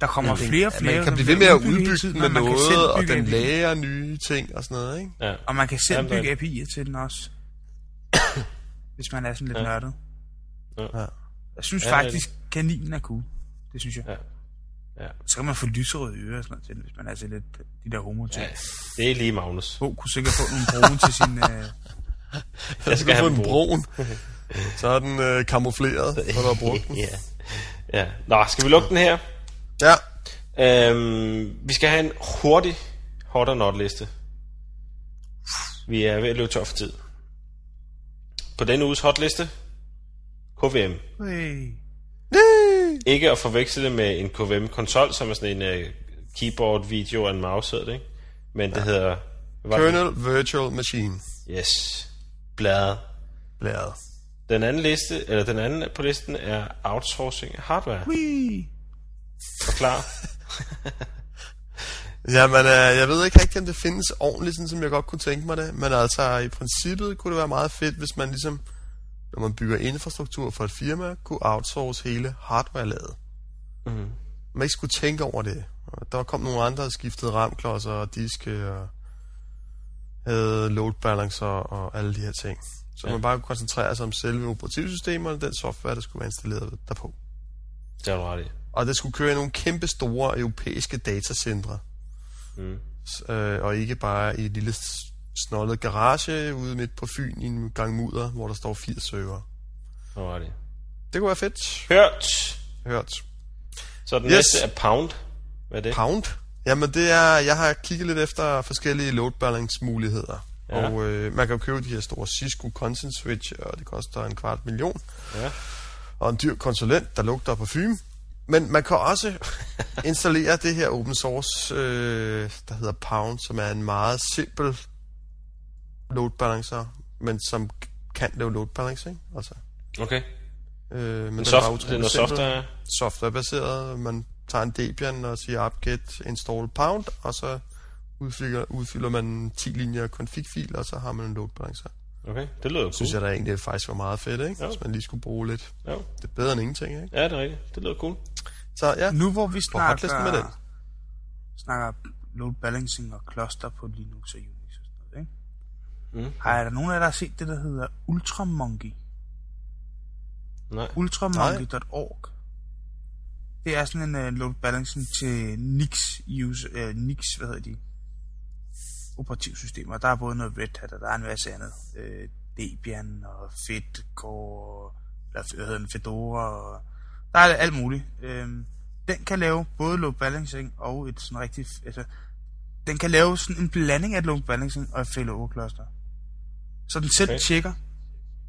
C: Der kommer flere og
B: at
C: flere.
B: man kan
C: der
B: blive ved med
C: bliver
B: at
C: udbygget hele
B: udbygge
C: tiden,
B: den med
C: og man kan selv
B: noget, og
C: bygge
B: den
C: API.
B: lærer nye ting og sådan noget, ikke?
A: Ja.
C: Og man kan selv
A: Jamen,
C: bygge API'er til den også. hvis man er sådan lidt
A: Ja.
C: nørdet.
A: Ja.
B: Ja.
C: Jeg synes
A: Ja,
C: ja,
A: det er
C: faktisk, kaninen er cool. Det synes jeg.
A: Ja. Ja.
C: Så kan man få lyserøde ører og sådan noget til, den, hvis man er sådan lidt de der homo ting.
A: ja.
C: Ja.
A: Det er lige Magnus.
C: Bo kunne sikkert få nogle brune til sin... Øh...
B: Jeg
A: skal
B: skal
A: have
B: få
A: en
B: den brun. Så er den øh, kamufleret, når du har brugt den.
A: ja. ja. Nå, skal vi lukke den her?
B: Ja,
A: Øhm, vi skal have en hurtig hot or not liste. Vi er ved at løbe tør for tid. På denne uges hotliste, KVM.
C: Hey.
A: Ikke at forveksle det med en KVM-konsol, som er sådan en øh, keyboard, video og en mouse, hedder det, ikke? Men det hedder... hvad var det?
B: Kernel Virtual Machine.
A: Yes. Bladet.
B: Blæret.
A: Den anden liste, eller den anden på listen er outsourcing af hardware.
C: Whee!
A: Forklar.
B: Jamen, øh, jeg ved ikke rigtig, om det findes ordentligt, sådan som jeg godt kunne tænke mig det. Men altså, i princippet kunne det være meget fedt, hvis man ligesom, når man bygger infrastruktur for et firma, kunne outsource hele hardware-laget.
A: Mhm.
B: Man ikke skulle tænke over det. Og Der kom nogle andre, der skiftede ramklodser og diske og havde load balancer og alle de her ting. Så
A: Ja.
B: ja. man bare kunne koncentrere sig om selve operativsystemet og den software, der skulle være installeret derpå.
A: Det har du ret i.
B: Og det skulle køre i nogle kæmpe store europæiske datacentre.
A: Mm.
B: S- øh, og ikke bare i et lille s- snollet garage ude midt på Fyn i en gang mudder, hvor der står 80 server.
A: Du har ret i.
B: Det kunne være fedt.
A: Hørt!
B: Hørt.
A: Så den yes.
B: Yes.
A: næste er Pound. Hvad er det?
B: Pound? Jamen det er, jeg har kigget lidt efter forskellige load balance muligheder.
A: Ja.
B: Ja. Og øh, man kan jo købe de her store Cisco Content Switch, og det koster en kvart million.
A: Ja.
B: Og en dyr konsulent, der lugter på Fyn. Men man kan også installere det her open source, øh, der hedder Pound, som er en meget simpel load balancer, men som kan lave load balancing. Altså,
A: Okay.
B: øh, men den
A: Men
B: er
A: soft,
B: bare
A: det er
B: utrolig
A: noget
B: simpel
A: software.
B: softwarebaseret. Man tager en Debian og siger apt-get install pound, og så udfylder, udfylder man 10 linjer config-fil, og så har man en load balancer.
A: Okay, det lyder cool.
B: Synes jeg da egentlig faktisk var meget fedt, ikke?
A: Ja.
B: Hvis man lige skulle bruge lidt.
A: Ja.
B: Det er bedre end ingenting, ikke?
A: ja, det er rigtigt. Det lyder cool.
B: Så ja,
C: Nu hvor vi
B: På hotlisten med den.
C: snakker, snakker load balancing og cluster på Linux og Unix og sådan noget, ikke?
A: Mm.
C: Har er der nogen af jer, der har set det, der hedder Ultramonkey?
A: Nej.
C: Ultramonkey.org Det er sådan en uh, load balancing til Nix, use, uh, Nix hvad hedder de, operativsystemer. Der er både noget Red Hat, og der er en masse andet. Uh, Debian og Fedcore, eller hvad hedder den, Fedora, og der er alt muligt. Uh, den kan lave både load balancing og et sådan rigtig, altså, den kan lave sådan en blanding af et load balancing og et failover cluster. Så den selv
A: Okay.
C: okay. tjekker,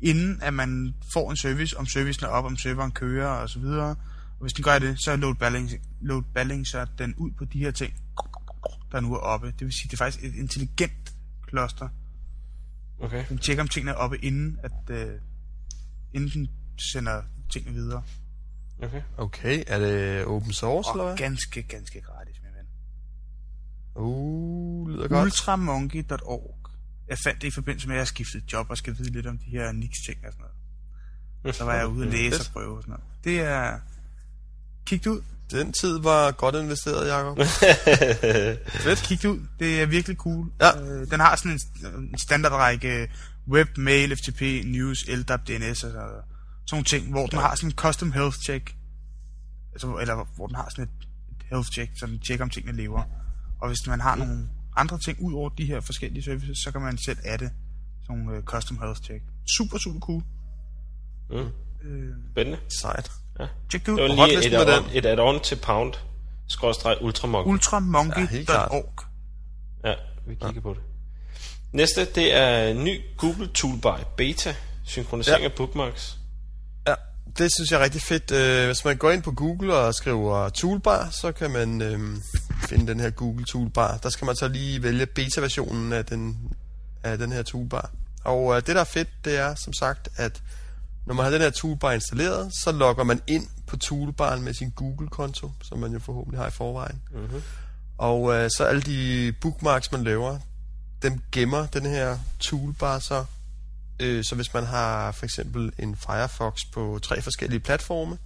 C: inden at man får en service, om servicen er op, om serveren kører og så videre. Og hvis den gør det, så load balancing, load balancer den ud på de her ting, der nu er oppe. Det vil sige, det er faktisk et intelligent kloster.
A: Okay.
C: Den tjekker, om tingene er oppe, inden, at, øh, inden den sender tingene videre.
A: Okay.
B: okay, er det open source, eller
C: Og
B: hvad?
C: ganske, ganske gratis, min ven.
B: Uh, lyder godt.
C: ultramonkey.org. Jeg fandt det i forbindelse med, at jeg skiftede job og skal vide lidt om de her Nix-ting og sådan noget. Så var jeg ude og læse og prøve og sådan noget. Det er... Kig det ud.
B: Den tid var godt investeret, Jacob.
C: Fedt. Kig det ud. Det er virkelig cool.
B: Ja.
C: Øh, den har sådan en, en standardrække øh, web, mail, FTP, news, LDAP, DNS og altså sådan nogle ting, hvor den har sådan en custom health check. Altså, eller hvor den har sådan et et health check, så den tjekker, om tingene lever. Og hvis man har nogle andre ting ud over de her forskellige services, så kan man selv adde sådan nogle øh, custom health check. Super, super cool.
A: Mm.
C: Øh,
A: Spændende.
B: Sejt.
C: tjek det ud.
A: Det var
C: Det
A: lige
B: hotlisten
A: et
B: med
A: add-on, et add-on til Pound, skråstreg Ultramog.
B: Ja, helt klart.
C: Ultramonkey.org.
A: Ja, vi kigger ja. på det. Næste, det er ny Google Toolbar Beta, synkronisering ja. af bookmarks.
B: Ja, det synes jeg er rigtig fedt. Øh, Hvis man går ind på Google og skriver toolbar, så kan man øhm, finde den her Google toolbar. Der skal man så lige vælge beta-versionen af den, af den her toolbar. Og øh, det, der er fedt, det er som sagt, at når man har den her toolbar installeret, så logger man ind på toolbaren med sin Google-konto, som man jo forhåbentlig har i forvejen. Mm-hmm. Og øh, så alle de bookmarks, man laver, dem gemmer den her toolbar så Øh, så hvis man har for eksempel en Firefox på tre forskellige platforme,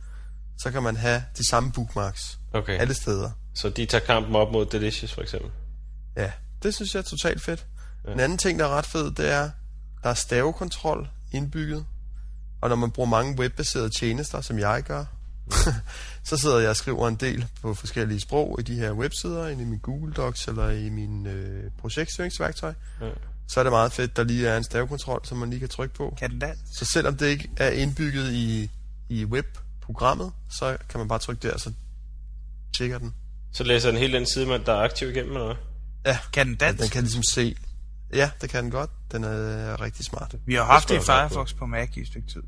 B: så kan man have de samme bookmarks
A: Okay.
B: alle steder.
A: Så de tager kampen op mod Delicious for eksempel.
B: Ja, det synes jeg er totalt fedt. Ja. En anden ting, der er ret fed, det er, der er stavekontrol indbygget. Og når man bruger mange webbaserede tjenester, som jeg gør, så sidder jeg og skriver en del på forskellige sprog i de her websider, inde i min Google Docs eller i min øh, projektstyringsværktøj.
A: Ja.
B: Så er det meget fedt, der lige er en stavekontrol, som man lige kan trykke på.
C: Kan den da? alt?
B: Så selvom det ikke er indbygget i, i webprogrammet, så kan man bare trykke der, og så tjekker den.
A: Så læser den hele den side, man der er aktiv igennem, eller hvad?
B: Ja,
C: Kan den dansk?
B: den kan ligesom se. Ja, det kan den godt. Den er rigtig smart.
C: Vi har haft
A: Det
C: det i
A: tror jeg ret
C: Firefox på Mac i et stykke tid.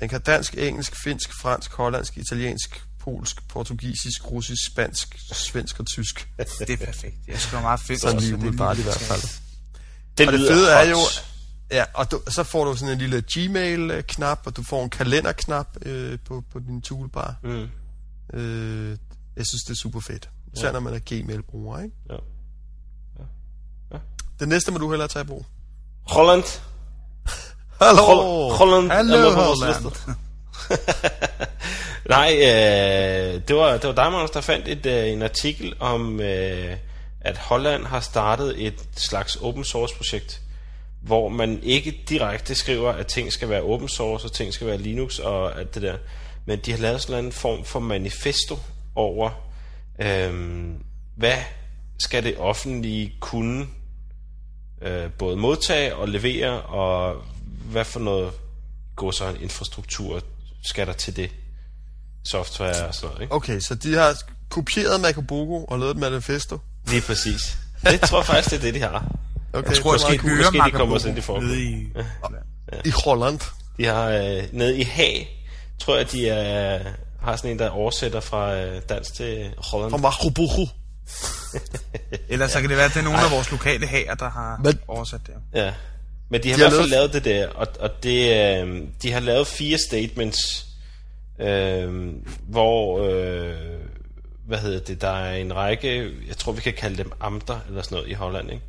B: Den kan dansk, engelsk, finsk, fransk, hollandsk, italiensk, polsk, portugisisk, russisk, spansk, svensk og tysk.
C: Det er perfekt. Jeg skriver meget fedt.
B: Sådan
C: også,
B: lige
C: så det er
B: umiddelbart i
C: lige
B: hvert fald.
A: Det,
B: Og det
A: lyder
B: fede er
A: hot.
B: jo, ja, og du, så får du sådan en lille Gmail-knap, og du får en kalenderknap øh, på, på din toolbar.
A: Mm,
B: Øh, jeg synes, det er super fedt. Især ja. når man er Gmail-bruger, ikke?
A: ja.
B: Det næste må du hellere tage i brug.
A: Holland.
B: Hallo!
A: Hol- Holland er
B: Hallo,
A: med på vores
B: Holland.
A: liste. Nej, øh, det, var, det var dig, Magnus, der fandt et, øh, en artikel om, øh, at Holland har startet et slags open source projekt, hvor man ikke direkte skriver, at ting skal være open source, og ting skal være Linux og alt det der. Men de har lavet sådan en eller anden form for manifesto over, øh, hvad skal det offentlige kunne øh, både modtage og levere, og hvad for noget går så en infrastruktur skal der til det? Software og sådan noget, ikke?
B: Okay, så de har kopieret Makobogo og lavet et manifesto.
A: Lige præcis. Det tror jeg faktisk, det er det, de har.
B: Okay,
C: Jeg tror,
B: det
C: jeg
A: måske-
B: er meget
C: skal
A: måske
C: høre
A: de
C: Marco
A: kommer
C: Bobo
A: os ind i forgrunden.
C: nede i Holland.
B: cool. I Holland.
A: De har øh, nede i Haag, tror jeg, de er, har sådan en, der oversætter fra øh, dansk til Holland.
B: Fra Makobogo.
C: Ellers så kan det være, at det er nogle af vores lokale hager, der har
B: Men-
C: oversat det.
A: Ja. Men de har,
B: De
A: de i
B: har
A: hvert fald lavet det der, og, og det, øh, de har lavet fire statements, øh, hvor, øh, hvad hedder det, der er en række, jeg tror vi kan kalde dem amter eller sådan noget i Holland, ikke?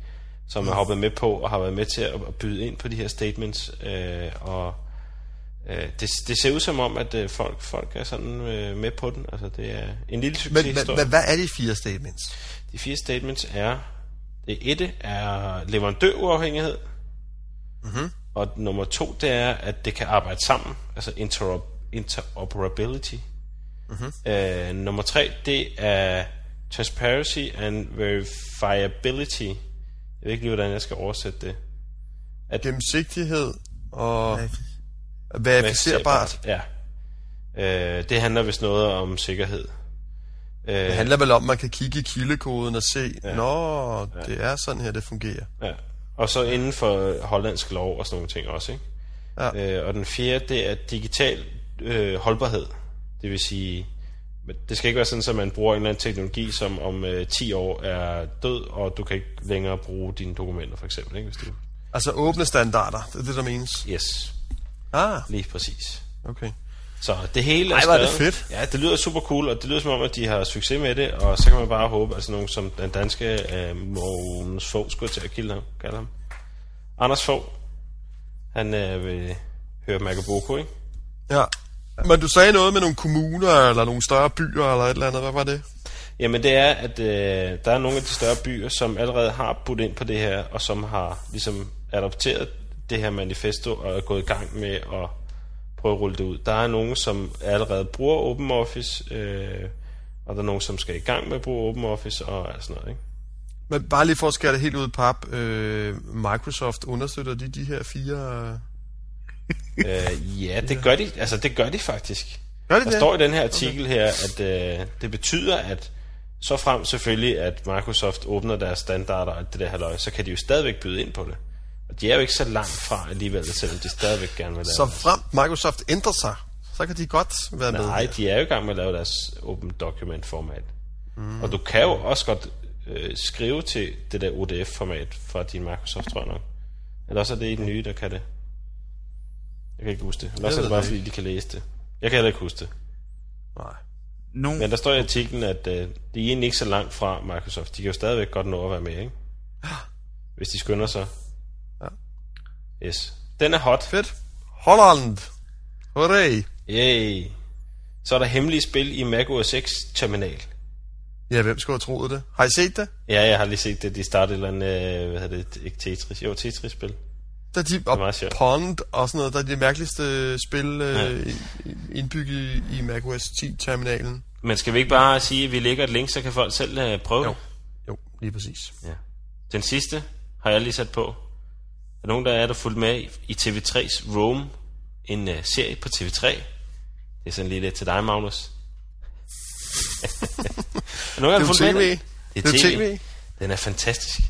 A: som har hoppet med på og har været med til at, at byde ind på de her statements, øh, og øh, det, det ser ud som om, at øh, folk, folk er sådan øh, med på den. Altså det er en lille
B: Men,
A: succeshistorie.
B: men, men hvad er de fire statements?
A: De fire statements er... Det ette er leverandøruafhængighed. Mm-hmm. Og nummer to, det er, at det kan arbejde sammen. Altså interop- interoperability. Mm-hmm. Øh, nummer tre, det er transparency and verifiability. Jeg ved ikke lige, hvordan jeg skal oversætte det.
B: Gennemsigtighed og verificerbart.
A: Ja. Øh, det handler vist noget om sikkerhed. Øh,
B: Det handler vel om, at man kan kigge i kildekoden og se, ja. nå, det er sådan her, det fungerer.
A: Ja. Og så inden for hollandsk lov og sådan nogle ting også, ikke?
B: Ja.
A: Øh, og den fjerde, det er digital øh, holdbarhed. Det vil sige, men det skal ikke være sådan, at man bruger en eller anden teknologi, som om øh, 10 år er død, og du kan ikke længere bruge dine dokumenter, for eksempel, ikke? Hvis du...
B: Altså åbne standarder, det er det, der menes.
A: Yes,
B: Ah,
A: lige præcis.
B: okay.
A: Så det hele er
B: Ej, hvor er det
A: skrevet-
B: fedt.
A: Ja, det lyder super cool, og det lyder som om, at de har succes med det, og så kan man bare håbe, at sådan nogen som den danske øh, Mogens Fogh skulle jeg til at kilde ham, kalde ham. Anders Fogh, han øh, vil høre Marco Boko, ikke?
B: Ja. Men du sagde noget med nogle kommuner, eller nogle større byer, eller et eller andet. Hvad var det?
A: Jamen det er, at øh, der er nogle af de større byer, som allerede har budt ind på det her, og som har ligesom adopteret det her manifesto og er gået i gang med at prøve at rulle det ud. Der er nogen, som allerede bruger Open Office, øh, og der er nogen, som skal i gang med at bruge Open Office og alt sådan noget. Ikke?
B: Men bare lige for at skære det helt ud i pap. Øh, Microsoft, understøtter de de her fire... øh,
A: Øh, ja, det gør de. Altså, det gør de faktisk.
B: Gør de
A: Der
B: det?
A: står i den her artikel okay. her, at øh, det betyder, at så frem selvfølgelig, at Microsoft åbner deres standarder og alt det der halløj, så kan de jo stadigvæk byde ind på det. Og de er jo ikke så langt fra alligevel, selvom de stadigvæk gerne vil lave
B: Så
A: det.
B: frem Microsoft ændrer sig, så kan de godt være med.
A: Nej, de er jo i gang med at lave deres open document format. Mm. Og du kan jo også godt øh, skrive til det der ODF-format fra din Microsoft, tror jeg nok. Eller også er det i den nye, der kan det. Jeg kan ikke huske det. Eller også er
B: ved
A: det bare,
B: det
A: fordi de kan læse det. Jeg kan heller ikke huske det.
B: Nej.
C: Nogen,
A: Men der står i artiklen, at øh, det er egentlig ikke så langt fra Microsoft. De kan jo stadigvæk godt nå at være med, ikke? Hvis de skynder sig.
B: Ja.
A: Yes. Den er hot.
B: Fedt. Holland. Hooray.
A: Yay. Så er der hemmelige spil i Mac OS X terminal.
B: Ja, hvem skulle have troet det? Har I set det?
A: Ja, jeg har lige set det. De startede et eller andet, øh, hvad hedder det, ikke Tetris. Jo, Tetris-spil.
B: Der er de, og
A: meget sjovt.
B: Pond og sådan noget, der er de mærkeligste spil øh, i- indbygget i- i macOS 10-terminalen.
A: Men skal vi ikke bare sige, at vi lægger et link, så kan folk selv øh, prøve?
B: Jo. Jo, lige præcis.
A: Ja. Den sidste har jeg lige sat på. Er nogen, der er der fulgt med i- i TV3's Rome? En uh, serie på TV3. Det er sådan lidt øh, til dig, Magnus. er nogen, der
B: Det er
A: har
B: jo
A: fulgt med i
B: TV.
A: den?
B: Det er jo TV.
A: Den er fantastisk.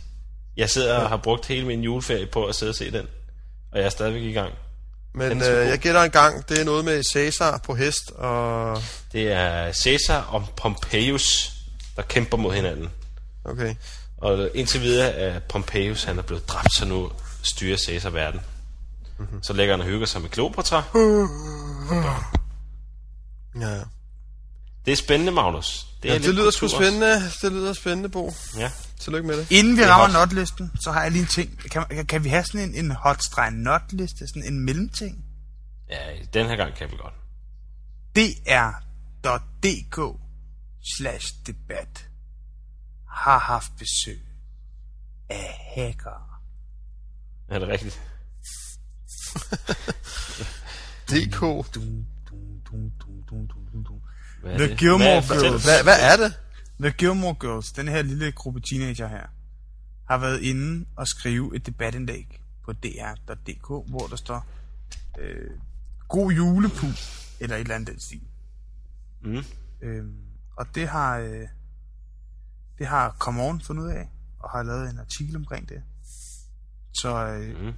A: Jeg sidder og har brugt hele min juleferie på at sidde og se den. Og jeg er stadigvæk i gang. Den
B: Men
A: er så
B: øh,
A: god.
B: jeg gætter en gang, det er noget med Cæsar på hest, og...
A: Det er Caesar og Pompeius, der kæmper mod hinanden.
B: Okay.
A: Og indtil videre er Pompeius, han er blevet dræbt, så nu styrer Caesar verden.
B: Mhm.
A: Mm-hmm. Så lægger han og hygger sig med Kleopatra.
B: Ja, ja.
A: Det er spændende, Magnus. Det, er
B: ja
A: lidt
B: det lyder sgu
A: kultur også.
B: spændende. Det lyder spændende, Bo.
A: Ja.
B: Tillykke med det.
C: inden vi
A: er
C: rammer
A: hot.
C: notlisten, så har jeg lige en ting. Kan, kan- kan vi have sådan en, en hot-not-liste, sådan en mellemting?
A: ja, den her gang kan vi godt.
C: dr.dk slash debat har haft besøg af hacker.
A: Er det rigtigt?
B: DK.
C: Dum, dum, dum, dum, dum, dum, dum, dum.
A: Hvad er
C: The
A: det?
C: Gilmore
A: Hvad- fortæl
C: Girls.
A: os.
B: Hvad, hvad er det?
C: The Gilmore Girls, den her lille gruppe teenager her, har været inde og skrive et debatindlæg på dr.dk, hvor der står øh, god julepu, eller et eller andet i den stil.
A: Mm.
C: Øhm, og det har øh, det har Come On fundet ud af, og har lavet en artikel omkring det. Så øh,
A: Mm.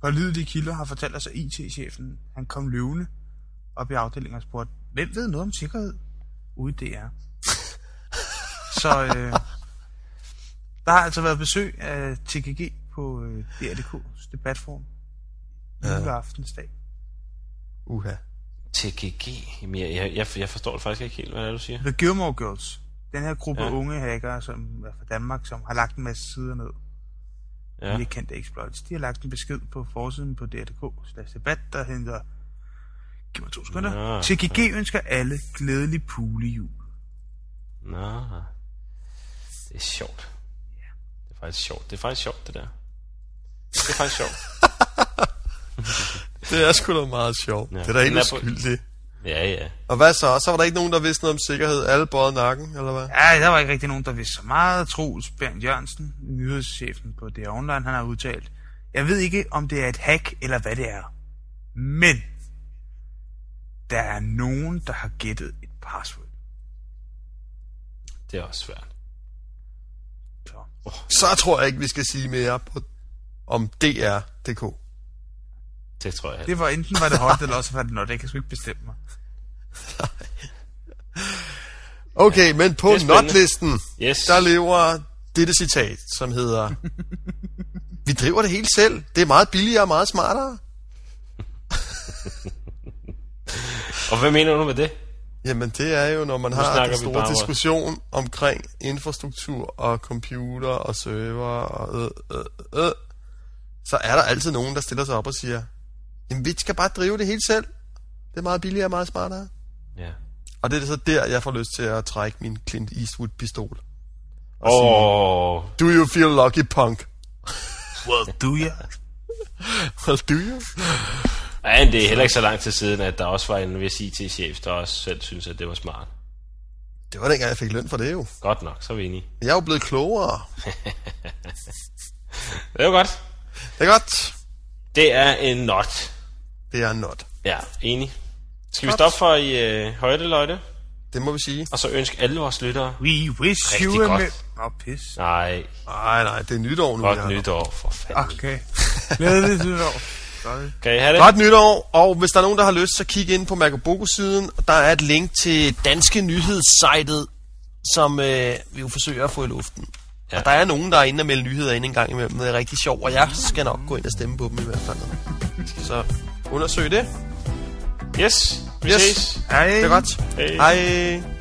C: pålidelige kilder har fortalt os, at IT-chefen han kom løvende op i afdelingen og spurgte, hvem ved noget om sikkerhed ude i DR? Så øh, der har altså været besøg af TGG på øh, DRDK's debatforum
B: Ja.
C: juleaftensdag.
B: Uha.
A: TGG. Jamen, jeg, jeg, jeg, jeg forstår det faktisk ikke helt, hvad det er, du siger.
C: The Gilmore Girls. Den her gruppe
A: Ja.
C: ja. unge hackere som er fra Danmark, som har lagt en masse sider ned. Ja.
A: Ja.
C: Lige kendte exploits. De har lagt en besked på forsiden på DRDK slash debat, der hedder Giv mig to sekunder.
A: Nå,
C: Ja. TGG ønsker alle glædelig pulejul.
A: Nå. Det er sjovt. Det er faktisk sjovt. Det er faktisk sjovt, det der. Det er faktisk sjovt.
B: Det er sgu da meget sjovt.
A: Ja.
B: Ja. Det er da
A: Den
B: ikke
A: er på-
B: uskyldigt.
A: Ja, ja.
B: Og hvad så? Så var der ikke nogen, der vidste noget om sikkerhed. Alle bøjede nakken, eller hvad?
C: Ja, der var ikke rigtig nogen, der vidste så meget. Troels Bernd Jørgensen, nyhedschefen på DR Online, han har udtalt, jeg ved ikke, om det er et hack eller hvad det er, men der er nogen, der har gættet et password.
A: Det er også svært.
C: Så
B: Så tror jeg ikke, vi skal sige mere på, om DR.dk.
A: Det tror jeg heller.
C: Det var enten var det hot, eller også var det not. Jeg kan sgu ikke bestemme mig.
B: Okay, ja, men på
A: det er spændende.
B: notlisten,
A: Yes.
B: der lever dette citat, som hedder... Vi driver det hele selv. Det er meget billigere og meget smartere.
A: Og hvad mener du med det?
B: Jamen det er jo, når man har
A: snakker
B: den
A: vi bare
B: store
A: om-
B: diskussion omkring infrastruktur og computer og server og øh, øh, øh, så er der altid nogen, der stiller sig op og siger, jamen vi skal bare drive det hele selv. Det er meget billigere og meget smartere.
A: Ja.
B: Og det er så der, jeg får lyst til at trække min Clint Eastwood-pistol. Og sige,
A: Åh,
B: Do you feel lucky, punk?
C: Well, do you?
B: Well, do you?
A: ja, men det er heller ikke så lang tid siden, at der også var en vis IT-chef, der også selv synes, at det var smart.
B: Det var dengang, jeg fik løn for det jo.
A: Godt nok, så er vi enige.
B: Jeg er jo blevet klogere.
A: Det var godt.
B: Det er godt.
A: Det er en not.
B: Det er not.
A: Ja, enig. Skal vi
B: Godt.
A: stoppe for i øh, højdeløjde,
B: Det må vi sige.
A: og så ønske alle vores lyttere
C: We wish
A: Rigtig
C: you a
A: godt.
C: mer- Nå, pis.
A: Nej,
B: Nej, nej, det er nytår nu.
A: godt
B: Jacob.
A: nytår, for
B: Ah.
A: fanden.
C: Okay. Glædeligt nytår. Sorry.
A: Kan I have det?
B: Godt nytår, og hvis der er nogen, der har lyst, så kig ind på Makoboko-siden. Der er et link til danske nyhedssitet, som øh, vi jo forsøger at få i luften. Ja.
A: Ja.
B: Og der er nogen, der er inde og melde nyheder ind en gang imellem. Det er rigtig sjovt, og jeg skal nok gå ind og stemme på dem i hvert fald. Så undersøg det.
A: Yes, vi
B: Yes.
A: ses.
C: Hej.
B: Det er godt.
A: Hej.
B: Hej.